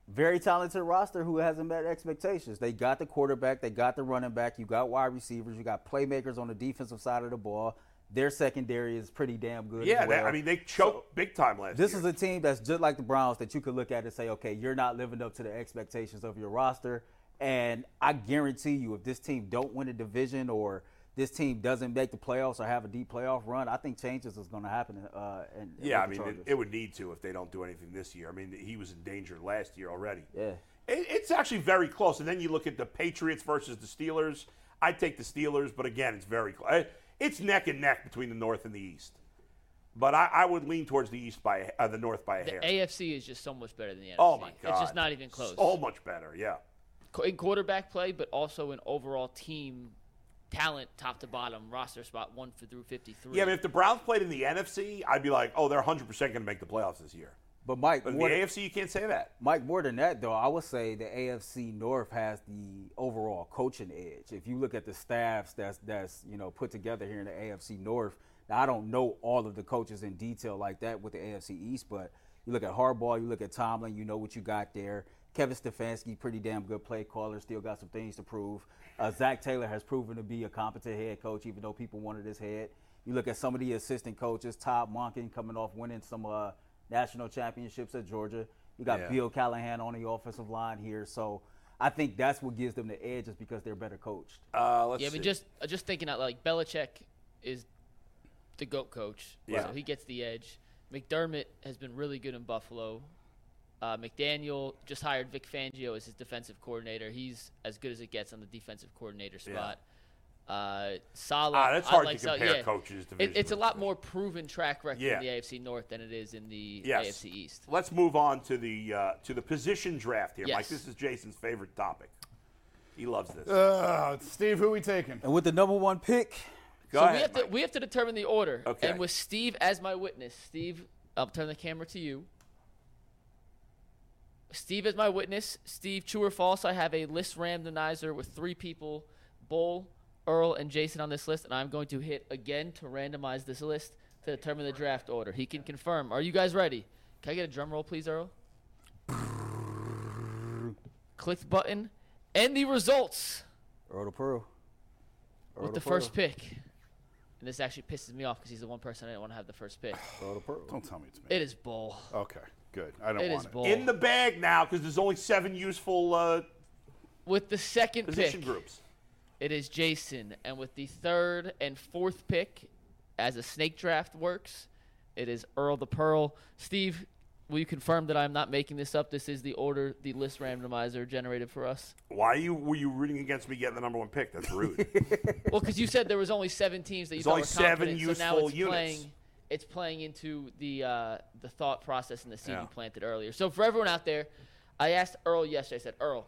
[SPEAKER 4] Very talented roster who hasn't met expectations. They got the quarterback. They got the running back. You got wide receivers. You got playmakers on the defensive side of the ball. Their secondary is pretty damn good. as
[SPEAKER 2] Yeah, they,
[SPEAKER 4] well.
[SPEAKER 2] I mean, they choked big time last
[SPEAKER 4] This
[SPEAKER 2] year.
[SPEAKER 4] is a team that's just like the Browns that you could look at and say, okay, you're not living up to the expectations of your roster. And I guarantee you, if this team don't win a division or this team doesn't make the playoffs or have a deep playoff run, I think changes is going to happen. Uh, and
[SPEAKER 2] yeah, I
[SPEAKER 4] with
[SPEAKER 2] mean,
[SPEAKER 4] the
[SPEAKER 2] it,
[SPEAKER 4] Chargers.
[SPEAKER 2] it would need to if they don't do anything this year. I mean, he was in danger last year already.
[SPEAKER 4] Yeah.
[SPEAKER 2] It, it's actually very close. And then you look at the Patriots versus the Steelers. I take the Steelers, but again, it's very close. It's neck and neck between the North and the East. But I, I would lean towards the East by uh, the North by a hair.
[SPEAKER 5] AFC is just so much better than the NFC.
[SPEAKER 2] oh my God!
[SPEAKER 5] It's just not even close.
[SPEAKER 2] So much better. Yeah.
[SPEAKER 5] Qu- in quarterback play, but also in overall team talent, top to bottom, roster spot one for through fifty-three.
[SPEAKER 2] Yeah, I mean, if the Browns played in the NFC, I'd be like, oh, they're 100 percent going to make the playoffs this year.
[SPEAKER 4] But Mike,
[SPEAKER 2] But in
[SPEAKER 4] more
[SPEAKER 2] the
[SPEAKER 4] than-
[SPEAKER 2] AFC, you can't say that.
[SPEAKER 4] Mike, more than that though, I would say the AFC North has the overall coaching edge. If you look at the staffs that's that's you know put together here in the AFC North, now I don't know all of the coaches in detail like that with the AFC East, but you look at Harbaugh, you look at Tomlin, you know what you got there. Kevin Stefanski, pretty damn good play caller, still got some things to prove. Uh, Zach Taylor has proven to be a competent head coach, even though people wanted his head. You look at some of the assistant coaches, Todd Monken coming off winning some uh, national championships at Georgia. You got
[SPEAKER 2] Yeah.
[SPEAKER 4] Bill. Bill Callahan on the offensive line here. So I think that's what gives them the edge is because they're better coached.
[SPEAKER 2] Uh, let's
[SPEAKER 5] yeah. I mean,
[SPEAKER 2] see.
[SPEAKER 5] just uh, just thinking out like Belichick is the goat coach,
[SPEAKER 2] Yeah.
[SPEAKER 5] so he gets the edge. McDermott has been really good in Buffalo. Uh, McDaniel just hired Vic Fangio as his defensive coordinator. He's as good as it gets on the defensive coordinator spot. Uh, Salah.
[SPEAKER 2] Ah, that's
[SPEAKER 5] I
[SPEAKER 2] hard
[SPEAKER 5] like
[SPEAKER 2] to
[SPEAKER 5] Salah-
[SPEAKER 2] compare
[SPEAKER 5] yeah.
[SPEAKER 2] coaches.
[SPEAKER 5] It, it's a
[SPEAKER 2] divisionally.
[SPEAKER 5] lot more proven track record
[SPEAKER 2] Yeah.
[SPEAKER 5] in the AFC North than it is in the
[SPEAKER 2] Yes.
[SPEAKER 5] AFC East.
[SPEAKER 2] Let's move on to the uh, to the position draft here, Mike.
[SPEAKER 5] Yes.
[SPEAKER 2] This is Jason's favorite topic. He loves this.
[SPEAKER 3] Uh, Steve, who we taking?
[SPEAKER 4] And with the number one pick,
[SPEAKER 2] Go
[SPEAKER 5] so
[SPEAKER 2] ahead.
[SPEAKER 5] we have to
[SPEAKER 2] Mike.
[SPEAKER 5] we have to determine the order.
[SPEAKER 2] Okay.
[SPEAKER 5] And with Steve as my witness, Steve, I'll turn the camera to you. Steve as my witness. Steve, true or false? I have a list randomizer with three people: Bull, Earl, and Jason on this list, and I'm going to hit again to randomize this list to determine the draft order. He can confirm. Are you guys ready? Can I get a drum roll, please, Earl? Click the button, and the results
[SPEAKER 4] Earl to Pearl.
[SPEAKER 5] with the first pick. And this actually pisses me off because he's the one person I didn't want to have the first pick.
[SPEAKER 3] Don't tell me it's me.
[SPEAKER 5] It is bull.
[SPEAKER 3] Okay, good. I don't
[SPEAKER 5] It
[SPEAKER 3] want
[SPEAKER 5] is
[SPEAKER 3] it.
[SPEAKER 5] bull.
[SPEAKER 2] in the bag now because there's only seven useful uh,
[SPEAKER 5] with the second
[SPEAKER 2] position
[SPEAKER 5] pick,
[SPEAKER 2] groups.
[SPEAKER 5] it is Jason, and with the third and fourth pick, as a snake draft works, it is Earl the Pearl. Steve, will you confirm that I'm not making this up? This is the order the list randomizer generated for us.
[SPEAKER 2] Why you were you rooting against me getting the number one pick? That's rude.
[SPEAKER 5] Well, because you said there was only seven teams that you
[SPEAKER 2] There's
[SPEAKER 5] thought
[SPEAKER 2] only
[SPEAKER 5] were
[SPEAKER 2] seven
[SPEAKER 5] confident, so now
[SPEAKER 2] useful
[SPEAKER 5] it's
[SPEAKER 2] units.
[SPEAKER 5] playing. It's playing into the uh, the thought process and the seed
[SPEAKER 2] Yeah.
[SPEAKER 5] you planted earlier. So for everyone out there, I asked Earl yesterday. I said, Earl,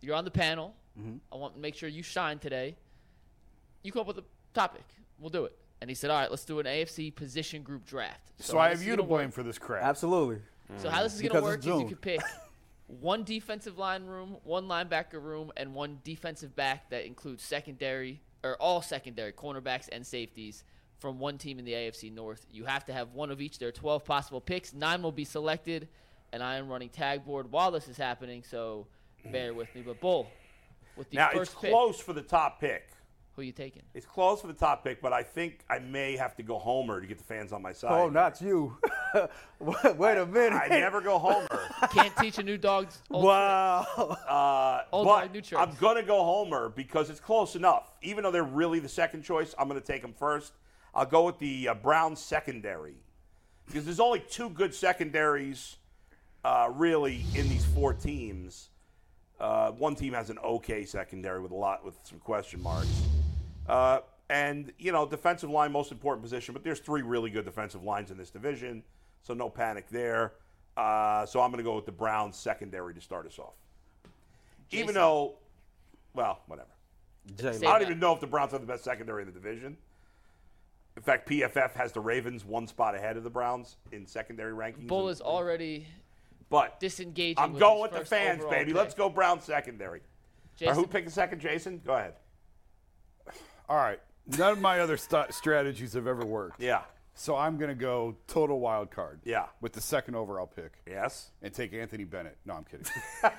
[SPEAKER 5] you're on the panel. I want to make sure you shine today. You come up with a topic. We'll do it. And he said, All right, let's do an AFC position group draft.
[SPEAKER 3] So,
[SPEAKER 5] how
[SPEAKER 3] I
[SPEAKER 5] this
[SPEAKER 3] have
[SPEAKER 5] is
[SPEAKER 3] you to
[SPEAKER 5] gonna
[SPEAKER 3] blame
[SPEAKER 5] work-
[SPEAKER 3] for this crap.
[SPEAKER 4] Absolutely.
[SPEAKER 5] So how this is going
[SPEAKER 4] Because
[SPEAKER 5] to work
[SPEAKER 4] it's
[SPEAKER 5] is you
[SPEAKER 4] June.
[SPEAKER 5] can pick one defensive line room, one linebacker room, and one defensive back that includes secondary or all secondary cornerbacks and safeties from one team in the AFC North. You have to have one of each. There are 12 possible picks. Nine will be selected, and I am running tag board while this is happening. So bear with me. But Bull, with the
[SPEAKER 2] now it's
[SPEAKER 5] first pick,
[SPEAKER 2] close for the top pick.
[SPEAKER 5] who you taking?
[SPEAKER 2] It's close for the top pick, but I think I may have to go Homer to get the fans on my side.
[SPEAKER 4] Oh, not you. wait, wait a minute.
[SPEAKER 2] I never go Homer.
[SPEAKER 5] Can't teach a new dog.
[SPEAKER 4] wow.
[SPEAKER 2] Uh,
[SPEAKER 5] Old
[SPEAKER 2] but
[SPEAKER 5] dog, new choice.
[SPEAKER 2] I'm gonna go Homer because it's close enough. Even though they're really the second choice, I'm gonna take them first. I'll go with the uh, Brown secondary because there's only two good secondaries uh, really in these four teams. Uh, one team has an okay secondary with a lot with some question marks. Uh, and you know, defensive line most important position, but there's three really good defensive lines in this division, so no panic there. Uh, so I'm going to go with the Browns secondary to start us off. Even
[SPEAKER 5] Jason.
[SPEAKER 2] though, well, whatever.
[SPEAKER 4] Jalen.
[SPEAKER 2] I
[SPEAKER 5] Say-
[SPEAKER 2] don't even know if the Browns have the best secondary in the division. In fact, PFF has the Ravens one spot ahead of the Browns in secondary rankings.
[SPEAKER 5] Bull is already
[SPEAKER 2] but
[SPEAKER 5] disengaging.
[SPEAKER 2] I'm
[SPEAKER 5] with
[SPEAKER 2] going
[SPEAKER 5] his
[SPEAKER 2] with the
[SPEAKER 5] first
[SPEAKER 2] fans,
[SPEAKER 5] overall
[SPEAKER 2] baby.
[SPEAKER 5] pick.
[SPEAKER 2] Let's go Browns secondary. Or
[SPEAKER 5] Jason,
[SPEAKER 2] who picked the second, Jason? Go ahead.
[SPEAKER 3] All right. None of my other st- strategies have ever worked.
[SPEAKER 2] Yeah.
[SPEAKER 3] So I'm going to go total wild card.
[SPEAKER 2] Yeah.
[SPEAKER 3] With the second overall pick
[SPEAKER 2] Yes.
[SPEAKER 3] and take Anthony Bennett. No, I'm kidding.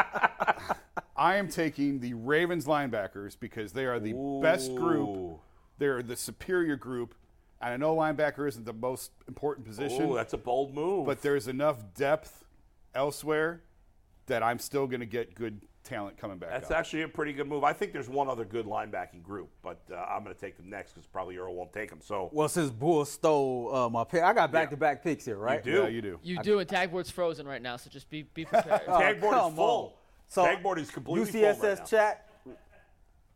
[SPEAKER 3] I am taking the Ravens linebackers because they are the best group. They're the superior group. And I know linebacker isn't the most important position.
[SPEAKER 2] Ooh, that's a bold move.
[SPEAKER 3] but there's enough depth elsewhere that I'm still going to get good talent coming back.
[SPEAKER 2] That's
[SPEAKER 3] up.
[SPEAKER 2] actually a pretty good move. I think there's one other good linebacking group, but uh, I'm going to take them next because probably Earl won't take them. So
[SPEAKER 4] Well, since Bull stole uh, my pick, I got back to back picks here, right?
[SPEAKER 2] do
[SPEAKER 3] yeah, you do.
[SPEAKER 5] You do, and tagboard's frozen right now, so just be be prepared.
[SPEAKER 2] Oh, tagboard
[SPEAKER 4] come
[SPEAKER 2] is
[SPEAKER 4] on.
[SPEAKER 2] full.
[SPEAKER 4] So
[SPEAKER 2] tagboard is completely full right
[SPEAKER 4] UCSS
[SPEAKER 2] now.
[SPEAKER 4] chat.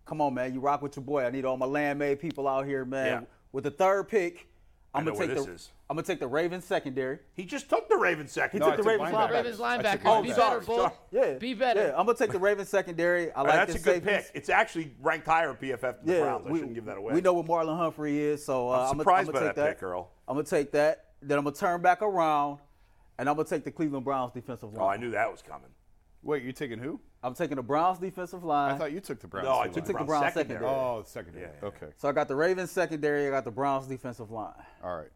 [SPEAKER 4] come on, man, you rock with your boy. I need all my landmade people out here, man.
[SPEAKER 2] Yeah.
[SPEAKER 4] With the third pick,
[SPEAKER 2] I
[SPEAKER 4] I'm gonna
[SPEAKER 2] know where
[SPEAKER 4] take the
[SPEAKER 2] this is.
[SPEAKER 4] I'm gonna take the Ravens secondary.
[SPEAKER 2] He just took the Ravens second.
[SPEAKER 4] No, took I the took Ravens linebacker.
[SPEAKER 3] linebacker.
[SPEAKER 5] Ravens
[SPEAKER 3] I took
[SPEAKER 5] linebacker.
[SPEAKER 3] linebacker.
[SPEAKER 5] Be
[SPEAKER 2] sorry,
[SPEAKER 5] better, Bull.
[SPEAKER 2] sorry.
[SPEAKER 4] Yeah,
[SPEAKER 5] Be better.
[SPEAKER 4] Yeah, I'm gonna take the Ravens secondary. I like
[SPEAKER 2] that's a
[SPEAKER 4] this
[SPEAKER 2] good
[SPEAKER 4] safeties.
[SPEAKER 2] pick. It's actually ranked higher PFF than the Browns. I
[SPEAKER 4] we,
[SPEAKER 2] shouldn't give that away.
[SPEAKER 4] We know what Marlon Humphrey is, so uh,
[SPEAKER 2] I'm
[SPEAKER 4] gonna-
[SPEAKER 2] surprised
[SPEAKER 4] gonna
[SPEAKER 2] by
[SPEAKER 4] take
[SPEAKER 2] that pick, Earl.
[SPEAKER 4] I'm gonna take that. Then I'm gonna turn back around, and I'm gonna take the Cleveland Browns defensive line.
[SPEAKER 2] Oh, I knew that was coming.
[SPEAKER 3] Wait, you taking who?
[SPEAKER 4] I'm taking the Browns defensive line.
[SPEAKER 3] I thought you took the Browns.
[SPEAKER 2] No, I
[SPEAKER 3] line.
[SPEAKER 2] took the
[SPEAKER 4] the Browns
[SPEAKER 2] Browns secondary.
[SPEAKER 4] secondary.
[SPEAKER 3] Oh, the secondary.
[SPEAKER 2] Yeah.
[SPEAKER 3] Okay.
[SPEAKER 4] so I got the Ravens secondary. I got the Browns defensive line.
[SPEAKER 3] All right.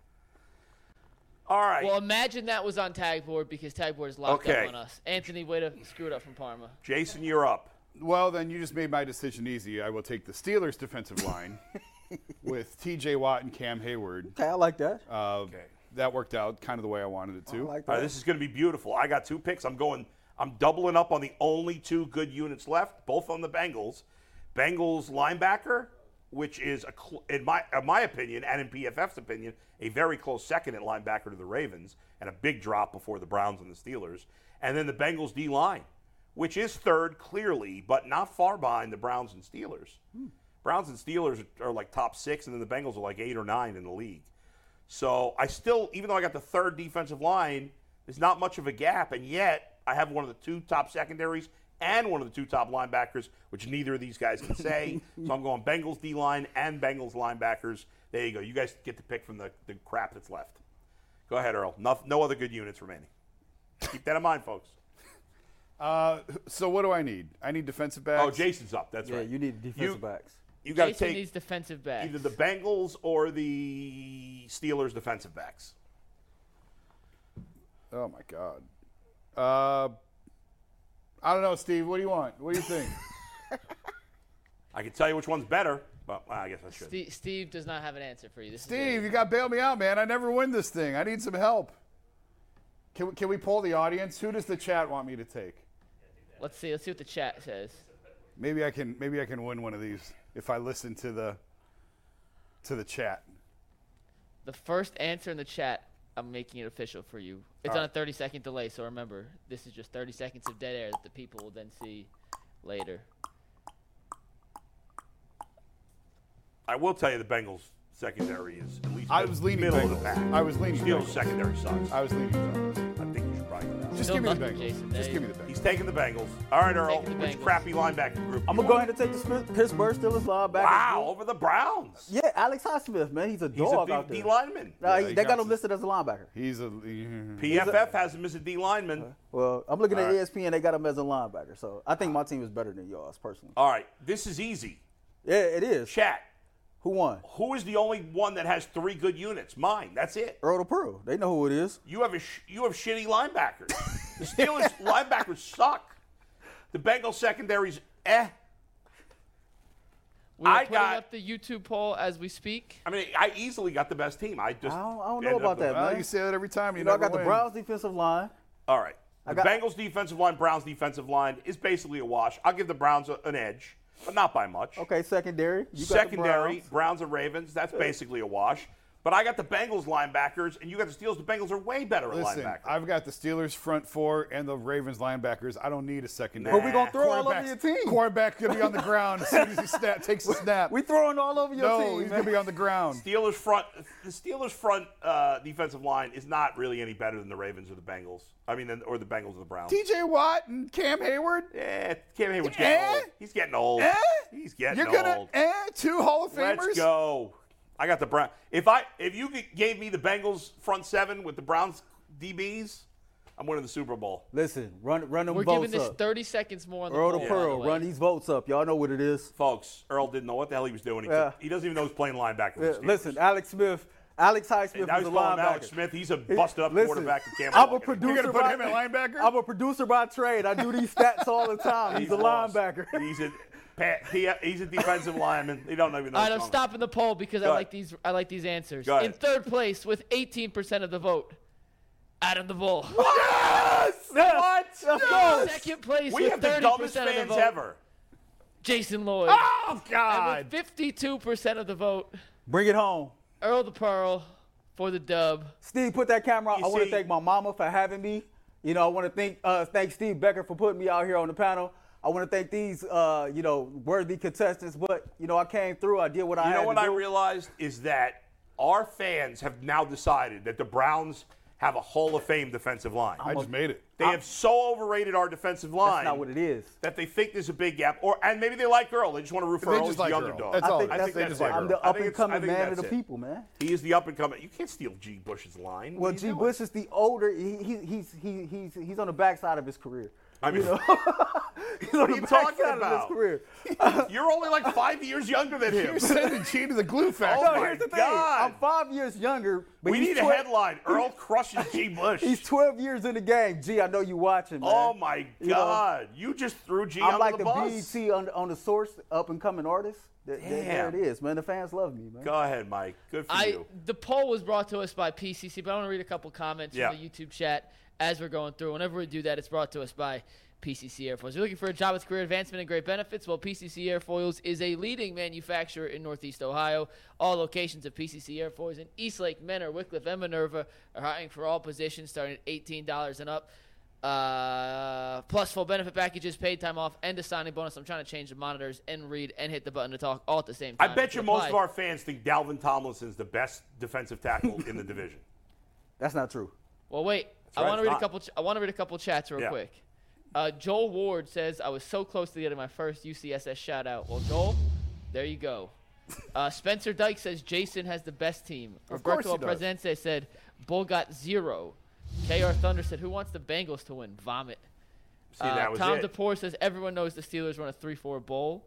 [SPEAKER 2] All right.
[SPEAKER 5] Well, imagine that was on tag board because tag board is locked
[SPEAKER 2] Okay.
[SPEAKER 5] up on us. Anthony, way to screw it up from Parma.
[SPEAKER 2] Jason, you're up.
[SPEAKER 3] Well, then you just made my decision easy. I will take the Steelers defensive line with T.J. Watt and Cam Hayward.
[SPEAKER 4] Okay, I like that.
[SPEAKER 3] Uh,
[SPEAKER 2] Okay.
[SPEAKER 3] That worked out kind of the way I wanted it to.
[SPEAKER 4] I like
[SPEAKER 2] All right,
[SPEAKER 4] that.
[SPEAKER 2] this is going to be beautiful. I got two picks. I'm going. I'm doubling up on the only two good units left, both on the Bengals. Bengals linebacker, which is a, cl- in my in my opinion and in PFF's opinion, a very close second at linebacker to the Ravens, and a big drop before the Browns and the Steelers. And then the Bengals D line, which is third clearly, but not far behind the Browns and Steelers.
[SPEAKER 4] Hmm.
[SPEAKER 2] Browns and Steelers are like top six, and then the Bengals are like eight or nine in the league. So I still, even though I got the third defensive line, there's not much of a gap, and yet I have one of the two top secondaries and one of the two top linebackers, which neither of these guys can say. so I'm going Bengals D line and Bengals linebackers. There you go. You guys get to pick from the, the crap that's left. Go ahead, Earl. No, no other good units remaining. Keep that in mind, folks.
[SPEAKER 3] Uh, so what do I need? I need defensive backs.
[SPEAKER 2] Oh, Jason's up. That's
[SPEAKER 4] yeah,
[SPEAKER 2] right.
[SPEAKER 4] you need defensive
[SPEAKER 2] You-
[SPEAKER 4] backs.
[SPEAKER 2] You got to
[SPEAKER 5] Jason
[SPEAKER 2] take
[SPEAKER 5] needs defensive backs.
[SPEAKER 2] either the Bengals or the Steelers defensive backs.
[SPEAKER 3] Oh my God. Uh, I don't know, Steve. What do you want? What do you think?
[SPEAKER 2] I can tell you which one's better, but well, I guess I should.
[SPEAKER 5] Steve, Steve does not have an answer for you. This Is
[SPEAKER 3] Steve,
[SPEAKER 5] it.
[SPEAKER 3] you got to bail me out, man. I never win this thing. I need some help. Can we, can we poll the audience? Who does the chat want me to take?
[SPEAKER 5] Let's see. Let's see what the chat says.
[SPEAKER 3] Maybe I can maybe I can win one of these if I listen to the to the chat.
[SPEAKER 5] The first answer in the chat, I'm making it official for you. It's on a 30 second delay, so remember, this is just 30 seconds of dead air that the people will then see later.
[SPEAKER 2] I will tell you the Bengals secondary is at least
[SPEAKER 3] I was leaning
[SPEAKER 2] middle
[SPEAKER 3] Bengals.
[SPEAKER 2] of the pack.
[SPEAKER 3] I was leaning
[SPEAKER 2] Steelers
[SPEAKER 3] Bengals.
[SPEAKER 2] secondary sucks. I,
[SPEAKER 3] I was leaning. Bengals.
[SPEAKER 2] think you should probably go down.
[SPEAKER 3] Just
[SPEAKER 5] Still
[SPEAKER 3] give me the
[SPEAKER 5] nothing,
[SPEAKER 3] Bengals. Just
[SPEAKER 5] Jason. There
[SPEAKER 3] give me
[SPEAKER 5] you
[SPEAKER 3] the Bengals.
[SPEAKER 2] He's taking the Bengals. All right, Earl.
[SPEAKER 5] Taking the
[SPEAKER 2] Which
[SPEAKER 5] Bengals.
[SPEAKER 2] crappy linebacker group?
[SPEAKER 4] I'm
[SPEAKER 2] you
[SPEAKER 4] gonna go
[SPEAKER 2] want?
[SPEAKER 4] ahead and take the Smith- Pittsburgh Steelers linebacker.
[SPEAKER 2] Wow, over the Browns.
[SPEAKER 4] Yeah, Alex Highsmith, man, he's a
[SPEAKER 2] He's
[SPEAKER 4] dog
[SPEAKER 2] a
[SPEAKER 4] out
[SPEAKER 2] D, D
[SPEAKER 4] there.
[SPEAKER 2] lineman.
[SPEAKER 4] Nah,
[SPEAKER 3] Yeah,
[SPEAKER 4] he-
[SPEAKER 3] he
[SPEAKER 4] they
[SPEAKER 3] got
[SPEAKER 4] got him
[SPEAKER 3] some-
[SPEAKER 4] listed as a linebacker.
[SPEAKER 3] He's a
[SPEAKER 2] PFF has him as a D lineman.
[SPEAKER 4] Well, I'm looking at E
[SPEAKER 2] All right.
[SPEAKER 4] ESPN. They got him as a linebacker, so I think my team is better than yours personally.
[SPEAKER 2] All right, this is easy.
[SPEAKER 4] Yeah, it is.
[SPEAKER 2] Chat.
[SPEAKER 4] Who won?
[SPEAKER 2] Who is the only one that has three good units? Mine. That's it.
[SPEAKER 4] Earl the Pearl. They know who it is.
[SPEAKER 2] You have a sh- you have shitty linebackers. The Steelers linebackers suck. The Bengals secondaries eh.
[SPEAKER 5] We're
[SPEAKER 2] I
[SPEAKER 5] putting
[SPEAKER 2] got-
[SPEAKER 5] up the YouTube poll as we speak.
[SPEAKER 2] I mean, I easily got the best team. I just
[SPEAKER 4] I don't, I don't know
[SPEAKER 2] ended up
[SPEAKER 4] about
[SPEAKER 2] with-
[SPEAKER 4] that,
[SPEAKER 3] Well,
[SPEAKER 4] man.
[SPEAKER 3] you say that every time. You,
[SPEAKER 4] You know, I
[SPEAKER 3] never
[SPEAKER 4] got the
[SPEAKER 3] win.
[SPEAKER 4] Browns defensive line.
[SPEAKER 2] All right. The
[SPEAKER 4] got-
[SPEAKER 2] Bengals defensive line, Browns defensive line is basically a wash. I'll give the Browns a- an edge, but not by much.
[SPEAKER 4] Okay, secondary. You
[SPEAKER 2] Secondary,
[SPEAKER 4] Got the Browns.
[SPEAKER 2] Browns and Ravens, that's basically a wash. But I got the Bengals linebackers, and you got the Steelers. The Bengals are way better at
[SPEAKER 3] Listen,
[SPEAKER 2] linebackers.
[SPEAKER 3] I've got the Steelers front four and the Ravens linebackers. I don't need a secondary.
[SPEAKER 2] Who we gonna
[SPEAKER 4] throw all over your
[SPEAKER 3] Quarterbacks-
[SPEAKER 4] team?
[SPEAKER 3] Quarterback gonna be on the ground as soon as he snap, takes a snap.
[SPEAKER 4] We throwing all over your
[SPEAKER 3] no,
[SPEAKER 4] team.
[SPEAKER 3] he's
[SPEAKER 4] man.
[SPEAKER 3] gonna be on the ground.
[SPEAKER 2] Steelers front, the Steelers front uh, defensive line is not really any better than the Ravens or the Bengals. I mean, than- or the Bengals or the Browns.
[SPEAKER 3] T.J. Watt and Cam Hayward.
[SPEAKER 2] Eh, Cam Hayward's getting
[SPEAKER 3] Eh?
[SPEAKER 2] old. He's getting old.
[SPEAKER 3] Eh?
[SPEAKER 2] He's getting
[SPEAKER 3] You're gonna
[SPEAKER 2] old.
[SPEAKER 3] eh, two Hall of Famers.
[SPEAKER 2] Let's go. I got the Brown. If I if you g- gave me the Bengals front seven with the Browns DBs, I'm winning the Super Bowl.
[SPEAKER 4] Listen, run, run them
[SPEAKER 5] We're giving
[SPEAKER 4] votes
[SPEAKER 5] this
[SPEAKER 4] up.
[SPEAKER 5] 30 seconds more on the
[SPEAKER 4] Earl
[SPEAKER 5] poll.
[SPEAKER 4] the
[SPEAKER 5] by the
[SPEAKER 4] Pearl,
[SPEAKER 5] way.
[SPEAKER 4] run these votes up. Y'all know what it is.
[SPEAKER 2] Folks, Earl didn't know what the hell he was doing. He,
[SPEAKER 4] Yeah.
[SPEAKER 2] he doesn't even know he's playing linebacker. for
[SPEAKER 4] Yeah,
[SPEAKER 2] the Steelers.
[SPEAKER 4] Listen, Alex Smith, Alex
[SPEAKER 2] And
[SPEAKER 4] Highsmith
[SPEAKER 2] now
[SPEAKER 4] is
[SPEAKER 2] he's calling
[SPEAKER 4] a linebacker.
[SPEAKER 2] him Alex Smith. He's a busted up
[SPEAKER 4] Listen,
[SPEAKER 2] quarterback. And can't
[SPEAKER 4] I'm a
[SPEAKER 2] walk anymore.
[SPEAKER 4] producer.
[SPEAKER 3] gonna put
[SPEAKER 4] by-
[SPEAKER 3] him at linebacker?
[SPEAKER 4] I'm a producer by trade. I do these stats all the time. He's, a
[SPEAKER 2] lost.
[SPEAKER 4] linebacker.
[SPEAKER 2] He's a pa- he- he's a defensive lineman. They don't even know. what's
[SPEAKER 5] All right, I'm
[SPEAKER 2] going on.
[SPEAKER 5] stopping the poll because I
[SPEAKER 2] Go
[SPEAKER 5] like
[SPEAKER 2] ahead.
[SPEAKER 5] these. I like these answers.
[SPEAKER 2] Go
[SPEAKER 5] In
[SPEAKER 2] ahead.
[SPEAKER 5] third place with 18% of the vote, Adam the Bull.
[SPEAKER 2] What?
[SPEAKER 4] Let's
[SPEAKER 5] In
[SPEAKER 4] go.
[SPEAKER 5] Second place
[SPEAKER 2] We
[SPEAKER 5] with
[SPEAKER 2] have
[SPEAKER 5] 30%
[SPEAKER 2] the dumbest
[SPEAKER 5] of the
[SPEAKER 2] fans
[SPEAKER 5] vote,
[SPEAKER 2] ever.
[SPEAKER 5] Jason Lloyd.
[SPEAKER 3] Oh God!
[SPEAKER 5] And with 52% of the vote,
[SPEAKER 4] Bring it home.
[SPEAKER 5] Earl the Pearl for the dub.
[SPEAKER 4] Steve, put that camera on.
[SPEAKER 2] You
[SPEAKER 4] I want
[SPEAKER 2] see-
[SPEAKER 4] to thank my mama for having me. You know, I want to thank uh, thank Steve Becker for putting me out here on the panel. I want to thank these, uh, you know, worthy contestants. But you know, I came through. I did what I
[SPEAKER 2] You
[SPEAKER 4] had
[SPEAKER 2] know what
[SPEAKER 4] to
[SPEAKER 2] I
[SPEAKER 4] do.
[SPEAKER 2] realized is that our fans have now decided that the Browns have a Hall of Fame defensive line.
[SPEAKER 3] I just made it.
[SPEAKER 2] they have so overrated our defensive line.
[SPEAKER 4] That's not what it is.
[SPEAKER 2] that they think there's a big gap, or and maybe they like Earl. They just want to root for Earl.
[SPEAKER 3] They just
[SPEAKER 2] He's
[SPEAKER 3] like
[SPEAKER 2] the
[SPEAKER 3] Earl.
[SPEAKER 2] underdog.
[SPEAKER 3] That's
[SPEAKER 4] I
[SPEAKER 3] all
[SPEAKER 4] think
[SPEAKER 3] it is.
[SPEAKER 4] that's
[SPEAKER 3] They
[SPEAKER 4] it.
[SPEAKER 3] just like
[SPEAKER 4] I'm
[SPEAKER 3] Earl.
[SPEAKER 4] the
[SPEAKER 2] I
[SPEAKER 4] up
[SPEAKER 2] think
[SPEAKER 4] and
[SPEAKER 2] it's- I
[SPEAKER 4] coming
[SPEAKER 2] think
[SPEAKER 4] man of the
[SPEAKER 2] that's it.
[SPEAKER 4] people, man.
[SPEAKER 2] He is the up and coming. You can't steal G. Bush's line. What
[SPEAKER 4] Well,
[SPEAKER 2] are you
[SPEAKER 4] G.
[SPEAKER 2] doing?
[SPEAKER 4] Bush is the older. He, he, he's he, he's he's on the backside of his career.
[SPEAKER 2] I mean,
[SPEAKER 4] He's on
[SPEAKER 2] are
[SPEAKER 4] the
[SPEAKER 2] you
[SPEAKER 4] backside
[SPEAKER 2] talking about?
[SPEAKER 4] of his career.
[SPEAKER 2] you're only like five years younger than him.
[SPEAKER 3] You're sending G to the glue factory.
[SPEAKER 2] Oh
[SPEAKER 4] no,
[SPEAKER 2] my
[SPEAKER 4] here's the thing.
[SPEAKER 2] God.
[SPEAKER 4] I'm five years younger. But
[SPEAKER 2] We
[SPEAKER 4] he's
[SPEAKER 2] need a
[SPEAKER 4] 12
[SPEAKER 2] headline. Earl crushes G. Bush.
[SPEAKER 4] He's 12 years in the game. G, I know you watching, man.
[SPEAKER 2] oh my
[SPEAKER 4] know,
[SPEAKER 2] God! You just threw G
[SPEAKER 4] I'm
[SPEAKER 2] under
[SPEAKER 4] like
[SPEAKER 2] the
[SPEAKER 4] the, E
[SPEAKER 2] bus.
[SPEAKER 4] BET on, on the source, up and coming artist. Th- th- There
[SPEAKER 2] Damn.
[SPEAKER 4] it is, man. The fans love me, man.
[SPEAKER 2] Go ahead, Mike. Good for
[SPEAKER 5] I
[SPEAKER 2] you.
[SPEAKER 5] the poll was brought to us by PCC, but I want to read a couple comments
[SPEAKER 2] Yeah.
[SPEAKER 5] from the YouTube chat as we're going through. Whenever we do that, it's brought to us by PCC Airfoils. You're looking for a job with career advancement and great benefits? Well, PCC Airfoils is a leading manufacturer in Northeast Ohio. All locations of PCC Airfoils in Eastlake, Menor, Wickliffe, and Minerva are hiring for all positions starting at $18 and up. Uh, plus full benefit packages, paid time off, and a signing bonus. I'm trying to change the monitors and read and hit the button to talk all at the same
[SPEAKER 2] I
[SPEAKER 5] time.
[SPEAKER 2] bet
[SPEAKER 5] If
[SPEAKER 2] you most
[SPEAKER 5] apply-
[SPEAKER 2] of our fans think Dalvin Tomlinson's the best defensive tackle in the division.
[SPEAKER 4] That's not true.
[SPEAKER 5] Well, wait. I
[SPEAKER 2] right,
[SPEAKER 5] want to
[SPEAKER 2] it's
[SPEAKER 5] read a
[SPEAKER 2] not.
[SPEAKER 5] couple. Ch- I want to read a couple chats real
[SPEAKER 2] Yeah.
[SPEAKER 5] quick. Uh, Joel Ward says I was so close to the end of my first UCSS shout out. Well, Joel, there you go. Uh, Spencer Dyke says Jason has the best team.
[SPEAKER 3] Of course
[SPEAKER 5] Roberto
[SPEAKER 3] he does.
[SPEAKER 5] Presense said Bull got zero. KR Thunder said Who wants the Bengals to win? Vomit.
[SPEAKER 2] See,
[SPEAKER 5] Uh,
[SPEAKER 2] that was
[SPEAKER 5] Tom
[SPEAKER 2] it.
[SPEAKER 5] DePore says everyone knows the Steelers run a three-four bowl.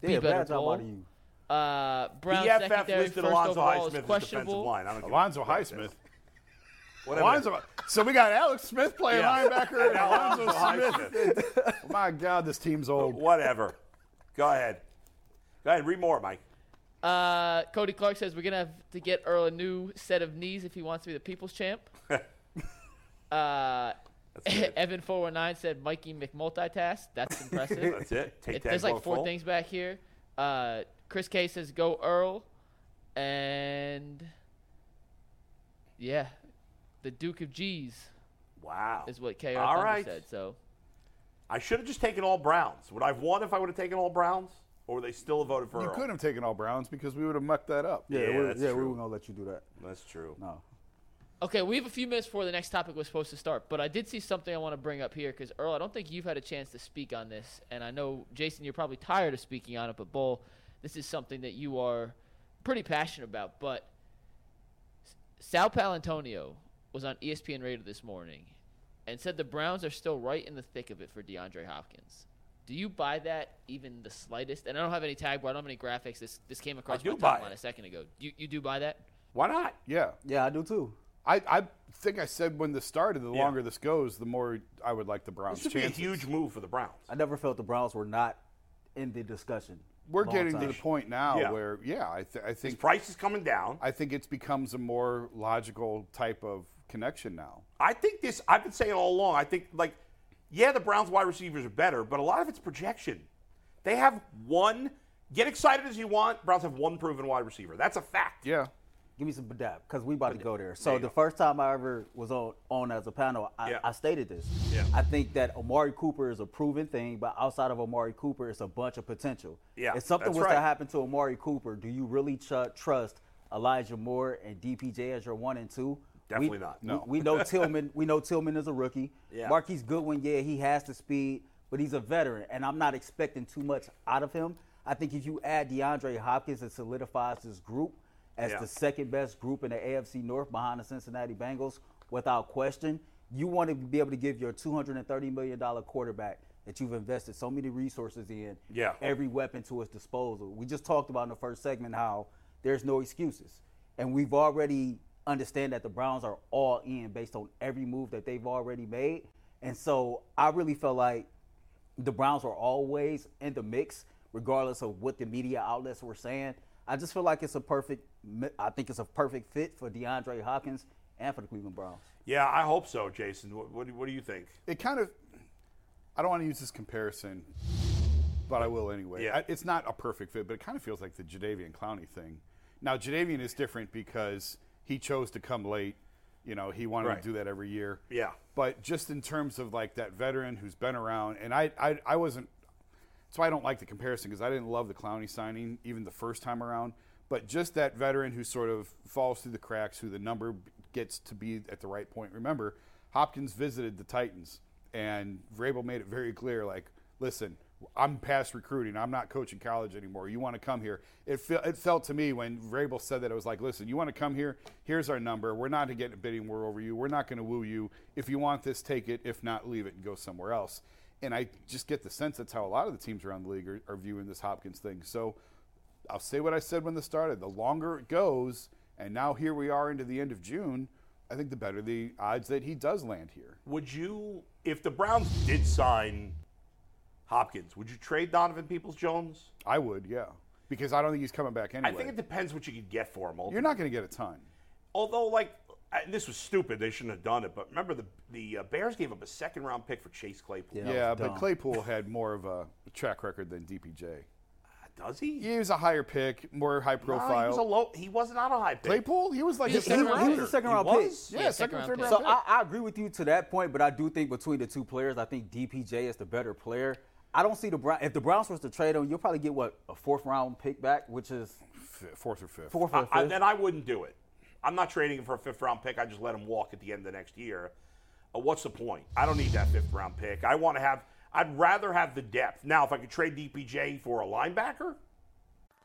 [SPEAKER 4] They a
[SPEAKER 5] better,
[SPEAKER 4] bad job
[SPEAKER 5] Cole.
[SPEAKER 4] out of you.
[SPEAKER 5] Uh, Brown
[SPEAKER 2] PFF
[SPEAKER 5] secondary
[SPEAKER 2] listed
[SPEAKER 5] first
[SPEAKER 2] Alonzo
[SPEAKER 5] overall
[SPEAKER 2] Highsmith
[SPEAKER 5] is
[SPEAKER 2] as defensive
[SPEAKER 5] questionable.
[SPEAKER 2] line. I don't give a-
[SPEAKER 3] Alonzo Highsmith.
[SPEAKER 2] Whatever.
[SPEAKER 3] Alonzo. So we got Alex Smith playing
[SPEAKER 2] Yeah.
[SPEAKER 3] linebacker and Alonzo
[SPEAKER 2] Alonzo
[SPEAKER 3] Smith. My God, this team's old.
[SPEAKER 2] Whatever. Go ahead. Go ahead. Read more, Mike.
[SPEAKER 5] Uh, Cody Clark says we're gonna have to get Earl a new set of knees if he wants to be the people's champ. uh, Evan four one nine said Mikey McMultitask. That's impressive.
[SPEAKER 2] That's it. Take
[SPEAKER 5] It-
[SPEAKER 2] that.
[SPEAKER 5] there's like
[SPEAKER 2] vote
[SPEAKER 5] four
[SPEAKER 2] full.
[SPEAKER 5] things back here. Uh, Chris K says go Earl, and yeah, the Duke of G's
[SPEAKER 2] Wow.
[SPEAKER 5] is what KR
[SPEAKER 2] All
[SPEAKER 5] Thunder
[SPEAKER 2] right.
[SPEAKER 5] said. So
[SPEAKER 2] I should have just taken all Browns. Would I have won if I would have taken all Browns? Or would they still have voted for
[SPEAKER 3] You
[SPEAKER 2] Earl?
[SPEAKER 3] could have taken all Browns because we would have mucked that up.
[SPEAKER 4] Yeah,
[SPEAKER 2] Yeah,
[SPEAKER 4] we,
[SPEAKER 2] that's
[SPEAKER 4] yeah, we
[SPEAKER 2] true.
[SPEAKER 4] were gonna let you do that.
[SPEAKER 2] That's true.
[SPEAKER 4] No.
[SPEAKER 5] Okay, we have a few minutes before the next topic was supposed to start, but I did see something I want to bring up here because Earl, I don't think you've had a chance to speak on this, and I know Jason, you're probably tired of speaking on it, but Bull, this is something that you are pretty passionate about. But S- Sal Palantonio was on E ESPN Radio this morning and said the Browns are still right in the thick of it for DeAndre Hopkins. Do you buy that even the slightest? And I don't have any tag, but I don't have any graphics. This this came across
[SPEAKER 2] do
[SPEAKER 5] my
[SPEAKER 2] buy
[SPEAKER 5] timeline
[SPEAKER 2] it.
[SPEAKER 5] a second ago. You you do buy that?
[SPEAKER 2] Why not?
[SPEAKER 3] Yeah.
[SPEAKER 4] Yeah, I do too.
[SPEAKER 3] I, I think I said when this started, the longer this goes, the more I would like the Browns'
[SPEAKER 2] This would be a
[SPEAKER 3] Um, chances.
[SPEAKER 2] huge move for the Browns.
[SPEAKER 4] I never felt the Browns were not in the discussion.
[SPEAKER 3] We're
[SPEAKER 4] long
[SPEAKER 3] getting to
[SPEAKER 4] time.
[SPEAKER 3] the point now
[SPEAKER 2] Yeah.
[SPEAKER 3] where, yeah, I, th- I
[SPEAKER 2] His
[SPEAKER 3] think
[SPEAKER 2] price is coming down.
[SPEAKER 3] I think it's becomes a more logical type of connection now.
[SPEAKER 2] I think this. I've been saying all along. I think like, yeah, the Browns wide receivers are better, but a lot of it's projection. They have one. Get excited as you want. Browns have one proven wide receiver. That's a fact.
[SPEAKER 3] Yeah.
[SPEAKER 4] Give me some badap because we about to go there. So the first time I ever was on, on as a panel, I,
[SPEAKER 2] Yeah.
[SPEAKER 4] I stated this.
[SPEAKER 2] Yeah.
[SPEAKER 4] I think that Amari Cooper is a proven thing, but outside of Amari Cooper, it's a bunch of potential.
[SPEAKER 2] Yeah,
[SPEAKER 4] if something
[SPEAKER 2] that's
[SPEAKER 4] was
[SPEAKER 2] right.
[SPEAKER 4] to happen to Amari Cooper, do you really ch- trust Elijah Moore and DPJ as your one and two? We-
[SPEAKER 2] Definitely not.
[SPEAKER 4] we-
[SPEAKER 2] No.
[SPEAKER 4] We, know Tillman. We know Tillman is a rookie.
[SPEAKER 2] Yeah.
[SPEAKER 4] Marquise Goodwin, yeah, he has the speed, but he's a veteran, and I'm not expecting too much out of him. I think if you add DeAndre Hopkins, it solidifies this group as
[SPEAKER 2] Yeah.
[SPEAKER 4] the second best group in the AFC North behind the Cincinnati Bengals without question. You want to be able to give your $230 million quarterback that you've invested so many resources in
[SPEAKER 2] Yeah.
[SPEAKER 4] every weapon to its disposal. We just talked about in the first segment how there's no excuses. And we've already understand that the Browns are all in based on every move that they've already made. And so I really felt like the Browns are always in the mix, regardless of what the media outlets were saying. I just feel like it's a perfect. mi- I think it's a perfect fit for DeAndre Hopkins and for the Cleveland Browns.
[SPEAKER 2] Yeah, I hope so, Jason. What, what, do, what do you think?
[SPEAKER 3] It kind of, I don't want to use this comparison, but I will anyway.
[SPEAKER 2] Yeah.
[SPEAKER 3] I- it's not a perfect fit, but it kind of feels like the Jadavian Clowney thing. Now, Jadavian is different because he chose to come late. You know, he wanted
[SPEAKER 2] Right.
[SPEAKER 3] to do that every year.
[SPEAKER 2] Yeah.
[SPEAKER 3] But just in terms of like that veteran who's been around, and I, I, I wasn't. That's why I don't like the comparison because I didn't love the Clowney signing even the first time around. But just that veteran who sort of falls through the cracks, who the number gets to be at the right point. Remember, Hopkins visited the Titans, and Vrabel made it very clear, like, listen, I'm past recruiting. I'm not coaching college anymore. You want to come here? It fe- it felt to me when Vrabel said that it was like, listen, you want to come here? Here's our number. We're not getting a bidding war over you. We're not going to woo you. If you want this, take it. If not, leave it and go somewhere else. And I just get the sense that's how a lot of the teams around the league are, are viewing this Hopkins thing. So I'll say what I said when this started. The longer it goes, and now here we are into the end of June, I think the better the odds that he does land here.
[SPEAKER 2] Would you, if the Browns did sign Hopkins, would you trade Donovan Peoples Jones?
[SPEAKER 3] I would, yeah. Because I don't think he's coming back anyway.
[SPEAKER 2] I think it depends what you could get for him. ultimately.
[SPEAKER 3] You're not going to get a ton.
[SPEAKER 2] Although, like, I- this was stupid. They shouldn't have done it. But remember, the the uh, Bears gave up a second round pick for Chase Claypool.
[SPEAKER 4] Yeah. That
[SPEAKER 3] Yeah,
[SPEAKER 4] was
[SPEAKER 3] but
[SPEAKER 4] dumb.
[SPEAKER 3] Claypool had more of a track record than DPJ.
[SPEAKER 2] Does he?
[SPEAKER 3] He was a higher pick, more high
[SPEAKER 2] No, he
[SPEAKER 3] profile.
[SPEAKER 2] was a low. He was not a high pick.
[SPEAKER 3] Claypool, he was like
[SPEAKER 5] He
[SPEAKER 3] a
[SPEAKER 5] was second
[SPEAKER 3] third
[SPEAKER 5] round
[SPEAKER 3] rounder.
[SPEAKER 5] pick. He was
[SPEAKER 4] a second
[SPEAKER 2] He
[SPEAKER 4] round pick.
[SPEAKER 2] was?
[SPEAKER 3] Yeah,
[SPEAKER 5] Yeah,
[SPEAKER 3] second,
[SPEAKER 5] second
[SPEAKER 3] third
[SPEAKER 5] round
[SPEAKER 3] round.
[SPEAKER 5] pick.
[SPEAKER 4] So I, I agree with you to that point, but I do think between the two players, I think DPJ is the better player. I don't see the Brown. If the Browns was to trade him, you'll probably get what a fourth round pick back, which is
[SPEAKER 3] F- fourth or fifth.
[SPEAKER 4] fourth or
[SPEAKER 2] I,
[SPEAKER 4] fifth.
[SPEAKER 2] I, then I wouldn't do it. I'm not trading him for a fifth round pick. I just let him walk at the end of the next year. Uh, what's the point? I don't need that fifth round pick. I want to have. I'd rather have the depth. Now, if I could trade DPJ for a linebacker,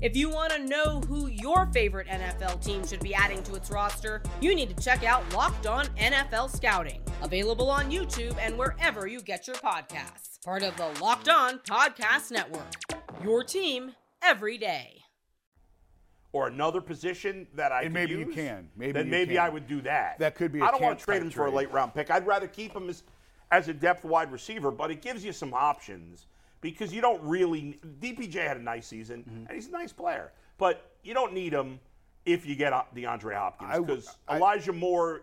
[SPEAKER 6] If you want to know who your favorite NFL team should be adding to its roster, you need to check out Locked On NFL Scouting, available on YouTube and wherever you get your podcasts. Part of the Locked On Podcast Network. Your team every day.
[SPEAKER 2] or another position that I
[SPEAKER 3] And
[SPEAKER 2] could
[SPEAKER 3] maybe you
[SPEAKER 2] use,
[SPEAKER 3] can. Maybe
[SPEAKER 2] then
[SPEAKER 3] you
[SPEAKER 2] maybe
[SPEAKER 3] can.
[SPEAKER 2] I would do that.
[SPEAKER 3] That could be a
[SPEAKER 2] I don't want to
[SPEAKER 3] camp
[SPEAKER 2] trade
[SPEAKER 3] type
[SPEAKER 2] him for a
[SPEAKER 3] trade.
[SPEAKER 2] late round pick. I'd rather keep him as as a depth wide receiver, but it gives you some options because you don't really. DPJ had a nice season
[SPEAKER 3] Mm-hmm.
[SPEAKER 2] and he's a nice player, but you don't need him if you get uh, DeAndre
[SPEAKER 3] I
[SPEAKER 2] Hopkins
[SPEAKER 3] w-
[SPEAKER 2] because
[SPEAKER 3] I-
[SPEAKER 2] Elijah Moore,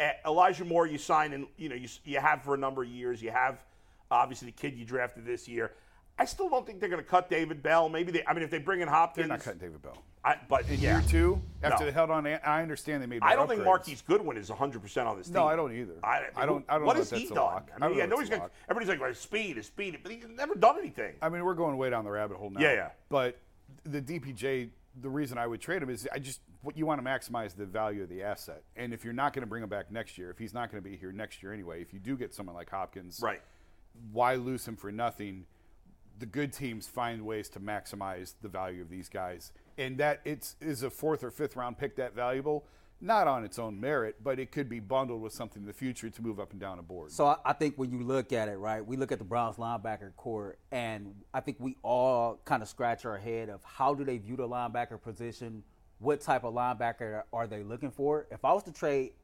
[SPEAKER 2] eh, Elijah Moore, you sign and you know you s- you have for a number of years. You have obviously the kid you drafted this year. I still don't think they're going to cut David Bell. Maybe they. I mean, if they bring in Hopkins,
[SPEAKER 3] They're not cutting David Bell.
[SPEAKER 2] I, but
[SPEAKER 3] In
[SPEAKER 2] yeah.
[SPEAKER 3] year two, after
[SPEAKER 2] No.
[SPEAKER 3] they held on, I understand they made.
[SPEAKER 2] I
[SPEAKER 3] more
[SPEAKER 2] don't think
[SPEAKER 3] upgrades.
[SPEAKER 2] Marquise Goodwin is 100% on this team.
[SPEAKER 3] No, I don't either. I don't- I don't
[SPEAKER 2] What
[SPEAKER 3] know
[SPEAKER 2] has
[SPEAKER 3] if
[SPEAKER 2] he
[SPEAKER 3] that's a
[SPEAKER 2] done?
[SPEAKER 3] lock.
[SPEAKER 2] I
[SPEAKER 3] I
[SPEAKER 2] mean,
[SPEAKER 3] don't know
[SPEAKER 2] yeah,
[SPEAKER 3] if
[SPEAKER 2] no,
[SPEAKER 3] it's
[SPEAKER 2] he's
[SPEAKER 3] a
[SPEAKER 2] got,
[SPEAKER 3] lock.
[SPEAKER 2] everybody's like, well, speed is speed, but he's never done anything.
[SPEAKER 3] I mean, we're going way down the rabbit hole now.
[SPEAKER 2] Yeah, yeah.
[SPEAKER 3] But the DPJ, the reason I would trade him is I just what you want to maximize the value of the asset. And if you're not going to bring him back next year, if he's not going to be here next year anyway, if you do get someone like Hopkins,
[SPEAKER 2] right.
[SPEAKER 3] why lose him for nothing? The good teams find ways to maximize the value of these guys, and that it's is a fourth or fifth round pick that valuable, not on its own merit, but it could be bundled with something in the future to move up and down a board.
[SPEAKER 4] So I, I think when you look at it, right, we look at the Browns linebacker core, and I think we all kind of scratch our head of how do they view the linebacker position? What type of linebacker are they looking for? If I was to trade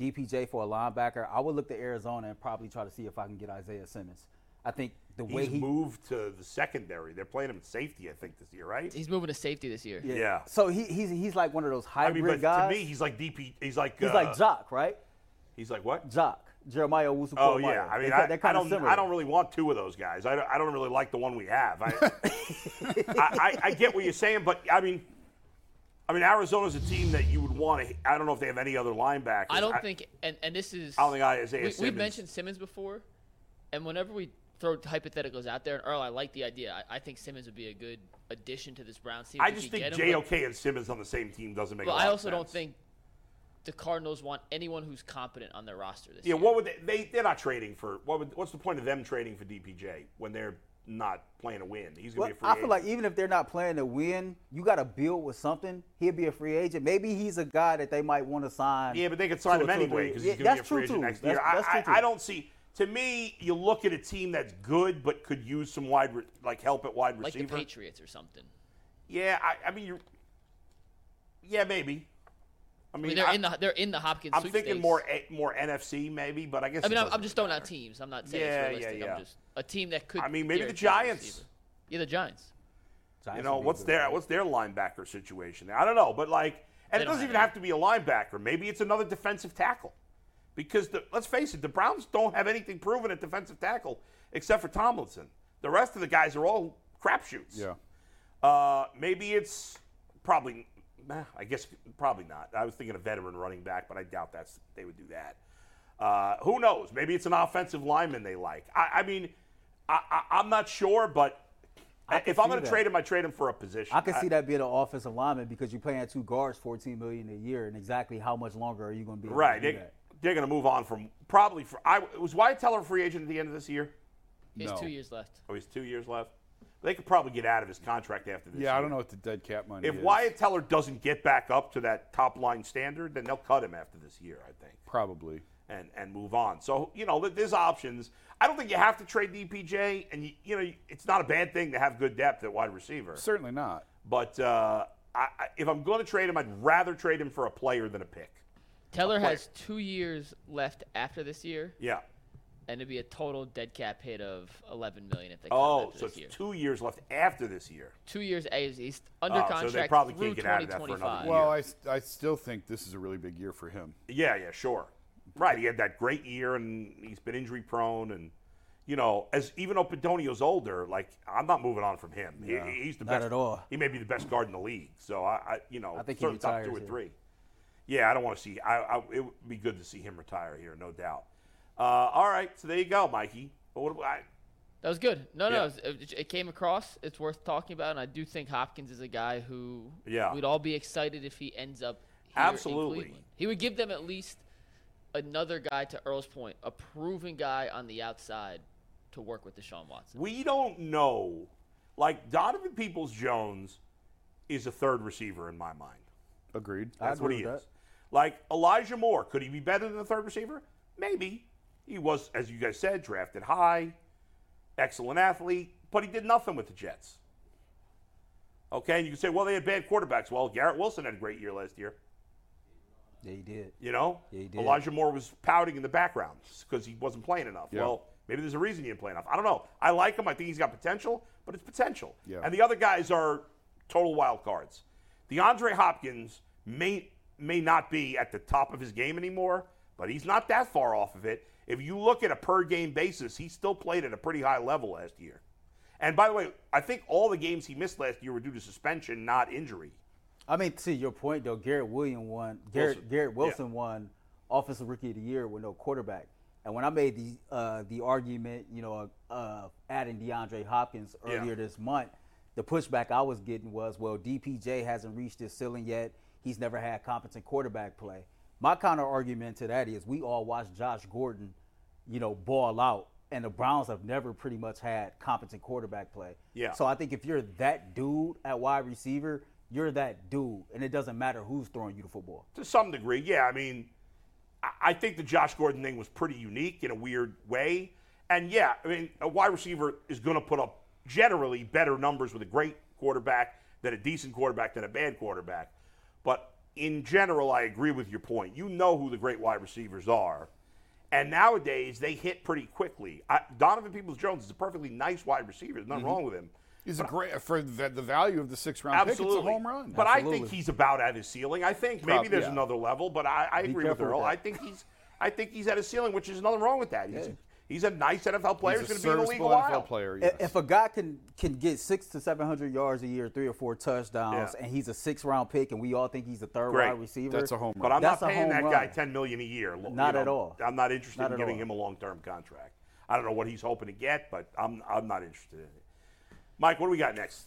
[SPEAKER 4] DPJ for a linebacker, I would look to Arizona and probably try to see if I can get Isaiah Simmons. I think the way
[SPEAKER 2] He's
[SPEAKER 4] he
[SPEAKER 2] moved to the secondary. They're playing him in safety, I think, this year, right?
[SPEAKER 5] He's moving to safety this year.
[SPEAKER 2] yeah.
[SPEAKER 4] so he, he's he's like one of those
[SPEAKER 2] I
[SPEAKER 4] hybrid
[SPEAKER 2] mean, but
[SPEAKER 4] guys.
[SPEAKER 2] to me, he's like DP. He's like.
[SPEAKER 4] he's
[SPEAKER 2] uh,
[SPEAKER 4] like Jock, right?
[SPEAKER 2] He's like what?
[SPEAKER 4] Jock Jeremiah Owusu.
[SPEAKER 2] Oh yeah, I mean, I, I don't, I don't really want two of those guys. I don't, I don't really like the one we have. I, I, I, I get what you're saying, but I mean, I mean, Arizona's a team that you would want to. I don't know if they have any other linebackers.
[SPEAKER 5] I don't think, and, and this is.
[SPEAKER 2] I don't think Isaiah
[SPEAKER 5] we,
[SPEAKER 2] Simmons-
[SPEAKER 5] We've mentioned Simmons before, and whenever we throw hypotheticals out there, and Earl, I like the idea. I, I think Simmons would be a good addition to this Browns team.
[SPEAKER 2] I
[SPEAKER 5] if
[SPEAKER 2] just
[SPEAKER 5] you
[SPEAKER 2] think
[SPEAKER 5] get him, but-
[SPEAKER 2] JOK and Simmons on the same team doesn't make.
[SPEAKER 5] But
[SPEAKER 2] a lot
[SPEAKER 5] I
[SPEAKER 2] of
[SPEAKER 5] also don't
[SPEAKER 2] sense.
[SPEAKER 5] think the Cardinals want anyone who's competent on their roster this
[SPEAKER 2] Yeah,
[SPEAKER 5] year.
[SPEAKER 2] what would they, they? They're not trading for. What would? What's the point of them trading for DPJ when they're not playing a win? He's
[SPEAKER 4] Well,
[SPEAKER 2] gonna be a free
[SPEAKER 4] I feel like
[SPEAKER 2] agent.
[SPEAKER 4] even if they're not playing to win, you got to build with something. He'll be a free agent. Maybe he's a guy that they might want to sign.
[SPEAKER 2] yeah, but they could sign
[SPEAKER 4] to
[SPEAKER 2] him
[SPEAKER 4] a- to a
[SPEAKER 2] anyway
[SPEAKER 4] degree.
[SPEAKER 2] because
[SPEAKER 4] Yeah,
[SPEAKER 2] he's gonna be a
[SPEAKER 4] that's
[SPEAKER 2] free agent
[SPEAKER 4] true, too.
[SPEAKER 2] next
[SPEAKER 4] That's-
[SPEAKER 2] year. I-
[SPEAKER 4] that's
[SPEAKER 2] I,
[SPEAKER 4] true, too.
[SPEAKER 2] I don't see. To me, you look at a team that's good but could use some wide, re- like help at wide
[SPEAKER 5] like
[SPEAKER 2] receiver.
[SPEAKER 5] the Patriots or something.
[SPEAKER 2] Yeah, I, I mean, you. Yeah, maybe. I
[SPEAKER 5] I
[SPEAKER 2] mean,
[SPEAKER 5] mean, they're
[SPEAKER 2] I,
[SPEAKER 5] in the they're in the Hopkins.
[SPEAKER 2] am thinking
[SPEAKER 5] sweepstakes.
[SPEAKER 2] more A- more NFC maybe, but I guess.
[SPEAKER 5] I
[SPEAKER 2] it
[SPEAKER 5] mean, I'm,
[SPEAKER 2] doesn't
[SPEAKER 5] I'm just throwing out
[SPEAKER 2] matter.
[SPEAKER 5] teams. I'm not saying
[SPEAKER 2] Yeah, yeah,
[SPEAKER 5] it's realistic.
[SPEAKER 2] yeah.
[SPEAKER 5] I'm just a team that could.
[SPEAKER 2] I mean, maybe the
[SPEAKER 5] guarantee a
[SPEAKER 2] Giants.
[SPEAKER 5] receiver. Yeah, the Giants.
[SPEAKER 2] You know what's their what's their linebacker situation? I don't know, but like, and
[SPEAKER 5] They
[SPEAKER 2] it
[SPEAKER 5] don't
[SPEAKER 2] doesn't
[SPEAKER 5] have
[SPEAKER 2] even
[SPEAKER 5] any.
[SPEAKER 2] have to be a linebacker. Maybe it's another defensive tackle, because the, let's face it, the Browns don't have anything proven at defensive tackle except for Tomlinson. The rest of the guys are all crapshoots.
[SPEAKER 3] Yeah.
[SPEAKER 2] Uh, maybe it's probably, nah, I guess probably not. I was thinking a veteran running back, but I doubt that's they would do that. Uh, who knows? Maybe it's an offensive lineman they like. I, I mean, I, I, I'm not sure, but if I'm
[SPEAKER 4] see
[SPEAKER 2] going to
[SPEAKER 4] that.
[SPEAKER 2] trade him, I trade him for a position.
[SPEAKER 4] I can see that being an offensive lineman because you're paying two guards 14 million a year, and exactly how much longer are you going to be? able to
[SPEAKER 2] Right.
[SPEAKER 4] do
[SPEAKER 2] They,
[SPEAKER 4] that?
[SPEAKER 2] they're going to move on from probably for I was Wyatt Teller a free agent at the end of this year.
[SPEAKER 5] He has
[SPEAKER 3] No.
[SPEAKER 5] two years left.
[SPEAKER 2] Oh, he's two years left. They could probably get out of his contract after this.
[SPEAKER 3] Yeah, I
[SPEAKER 2] year.
[SPEAKER 3] don't know what the dead cap money
[SPEAKER 2] If
[SPEAKER 3] is.
[SPEAKER 2] Wyatt Teller doesn't get back up to that top line standard, then they'll cut him after this year, I think,
[SPEAKER 3] Probably.
[SPEAKER 2] and and move on. So you know, th- there's options. I don't think you have to trade DPJ, and you, you know, it's not a bad thing to have good depth at wide receiver.
[SPEAKER 3] Certainly not.
[SPEAKER 2] But uh, I, I, if I'm going to trade him, I'd rather trade him for a player than a pick.
[SPEAKER 5] Teller has two years left after this year,
[SPEAKER 2] Yeah.
[SPEAKER 5] and it'd be a total dead cap hit of 11 million if they cut him
[SPEAKER 2] Oh,
[SPEAKER 5] after
[SPEAKER 2] so
[SPEAKER 5] this
[SPEAKER 2] it's
[SPEAKER 5] year.
[SPEAKER 2] two years left after this year.
[SPEAKER 5] Two years, he's- he's under
[SPEAKER 2] Oh, so they
[SPEAKER 5] contract
[SPEAKER 2] probably
[SPEAKER 5] through
[SPEAKER 2] can't get out of that for another
[SPEAKER 5] 2025.
[SPEAKER 2] year.
[SPEAKER 3] Well, I, s- I still think this is a really big year for him.
[SPEAKER 2] Yeah, yeah, sure. Right, he had that great year, and he's been injury prone, and you know, as even though Pedonio's older, like I'm not moving on from him. He- he's the
[SPEAKER 4] not
[SPEAKER 2] best
[SPEAKER 4] at all.
[SPEAKER 2] He may be the best guard in the league. So I, I you know,
[SPEAKER 4] I think he
[SPEAKER 2] certainly top two
[SPEAKER 4] retires
[SPEAKER 2] or
[SPEAKER 4] here.
[SPEAKER 2] three. Yeah, I don't want to see. I, I, it would be good to see him retire here, no doubt. Uh, all right, so there you go, Mikey. But what, I,
[SPEAKER 5] That was good. No,
[SPEAKER 2] Yeah.
[SPEAKER 5] no, it, was- it came across. It's worth talking about, and I do think Hopkins is a guy who
[SPEAKER 2] Yeah.
[SPEAKER 5] we'd all be excited if he ends up here
[SPEAKER 2] Absolutely.
[SPEAKER 5] In Cleveland. He would give them at least another guy to Earl's point, a proven guy on the outside to work with Deshaun Watson.
[SPEAKER 2] we don't know. Like Donovan Peoples Jones is a third receiver in my mind.
[SPEAKER 3] Agreed.
[SPEAKER 2] That's what
[SPEAKER 4] agree
[SPEAKER 2] he
[SPEAKER 4] with
[SPEAKER 2] is. Like Elijah Moore, could he be better than the third receiver? Maybe. He was, as you guys said, drafted high, excellent athlete, but he did nothing with the Jets. Okay, and you can say, well, they had bad quarterbacks. Well, Garrett Wilson had a great year last year.
[SPEAKER 4] Yeah, he did.
[SPEAKER 2] You know,
[SPEAKER 4] Yeah, he did.
[SPEAKER 2] Elijah Moore was pouting in the background because he wasn't playing enough.
[SPEAKER 3] Yeah.
[SPEAKER 2] Well, maybe there's a reason he didn't play enough. I don't know. I like him. I think he's got potential, but it's potential.
[SPEAKER 3] Yeah.
[SPEAKER 2] And the other guys are total wild cards. DeAndre Hopkins may may not be at the top of his game anymore, but he's not that far off of it. If you look at a per game basis, he still played at a pretty high level last year. And by the way, I think all the games he missed last year were due to suspension, not injury.
[SPEAKER 4] I mean, to your point though, Garrett William won. Garrett
[SPEAKER 2] Wilson.
[SPEAKER 4] Garrett
[SPEAKER 2] Yeah.
[SPEAKER 4] Wilson won Offensive Rookie of the Year with no quarterback. And when I made the uh, the argument, you know, uh, uh, adding DeAndre Hopkins
[SPEAKER 2] Yeah.
[SPEAKER 4] earlier this month, the pushback I was getting was, well, DPJ hasn't reached his ceiling yet. He's never had competent quarterback play. My counter argument to that is, we all watched Josh Gordon, you know, ball out, and the Browns have never pretty much had competent quarterback play.
[SPEAKER 2] Yeah.
[SPEAKER 4] So I think if you're that dude at wide receiver, you're that dude, and it doesn't matter who's throwing you the football.
[SPEAKER 2] to some degree, yeah. I mean, I- I think the Josh Gordon thing was pretty unique in a weird way. And yeah, I mean, a wide receiver is going to put up generally better numbers with a great quarterback than a decent quarterback than a bad quarterback. But in general, I agree with your point. You know who the great wide receivers are. And nowadays, they hit pretty quickly. I, Donovan Peoples Jones is a perfectly nice wide receiver. There's nothing wrong with him.
[SPEAKER 3] He's a great for the, the value of the six round
[SPEAKER 2] Absolutely.
[SPEAKER 3] pick. It's a home run.
[SPEAKER 2] But I think he's about at his ceiling. I think maybe
[SPEAKER 3] Prob-
[SPEAKER 2] there's
[SPEAKER 3] yeah.
[SPEAKER 2] another level, but I, I agree with
[SPEAKER 4] careful with
[SPEAKER 2] Earl.
[SPEAKER 4] that.
[SPEAKER 2] I think he's I think he's at his ceiling, which is nothing wrong with that. He's, he's a nice NFL player. He's,
[SPEAKER 3] he's a
[SPEAKER 2] going to be in the league a
[SPEAKER 3] serviceable
[SPEAKER 2] while.
[SPEAKER 3] NFL player.
[SPEAKER 4] I-
[SPEAKER 3] Yes.
[SPEAKER 4] If a guy can can get six to seven hundred yards a year, three or four touchdowns,
[SPEAKER 2] Yeah.
[SPEAKER 4] and he's a six round pick, and we all think he's a third
[SPEAKER 2] Great.
[SPEAKER 4] wide receiver,
[SPEAKER 3] That's a home run.
[SPEAKER 2] But I'm
[SPEAKER 4] That's
[SPEAKER 2] not
[SPEAKER 4] a
[SPEAKER 2] paying
[SPEAKER 4] home
[SPEAKER 2] that
[SPEAKER 4] run.
[SPEAKER 2] guy ten million a year. lo- you
[SPEAKER 4] Not at
[SPEAKER 2] know.
[SPEAKER 4] all.
[SPEAKER 2] I'm not interested
[SPEAKER 4] Not
[SPEAKER 2] in
[SPEAKER 4] at
[SPEAKER 2] giving
[SPEAKER 4] all.
[SPEAKER 2] him a long term contract. I don't know what he's hoping to get, but I'm I'm not interested in it. Mike, what do we got next?